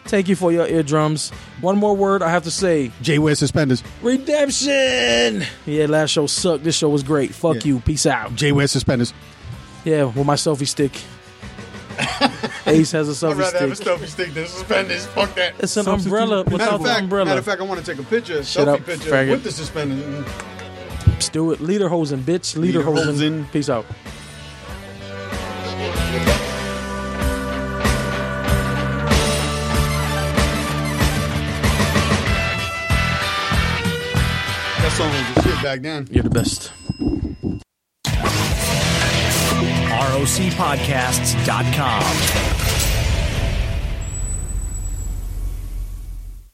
Thank you for your eardrums. One more word I have to say. Jay wears suspenders. Redemption. Yeah, last show sucked. This show was great. Fuck Yeah. you. Peace out. Jay wears suspenders. Yeah, with my selfie stick. Ace has a selfie stick. selfie stick than suspenders. Fuck that. it's an Substitute umbrella matter Matter without of the fact, umbrella. matter of fact, I want to take a picture, a Shut selfie up, picture faggot. with the suspenders. Let's do it. Lederhosen, bitch. Lederhosen. Lederhosen. Peace out. That song was the shit back then. You're the best. ROCpodcasts.com.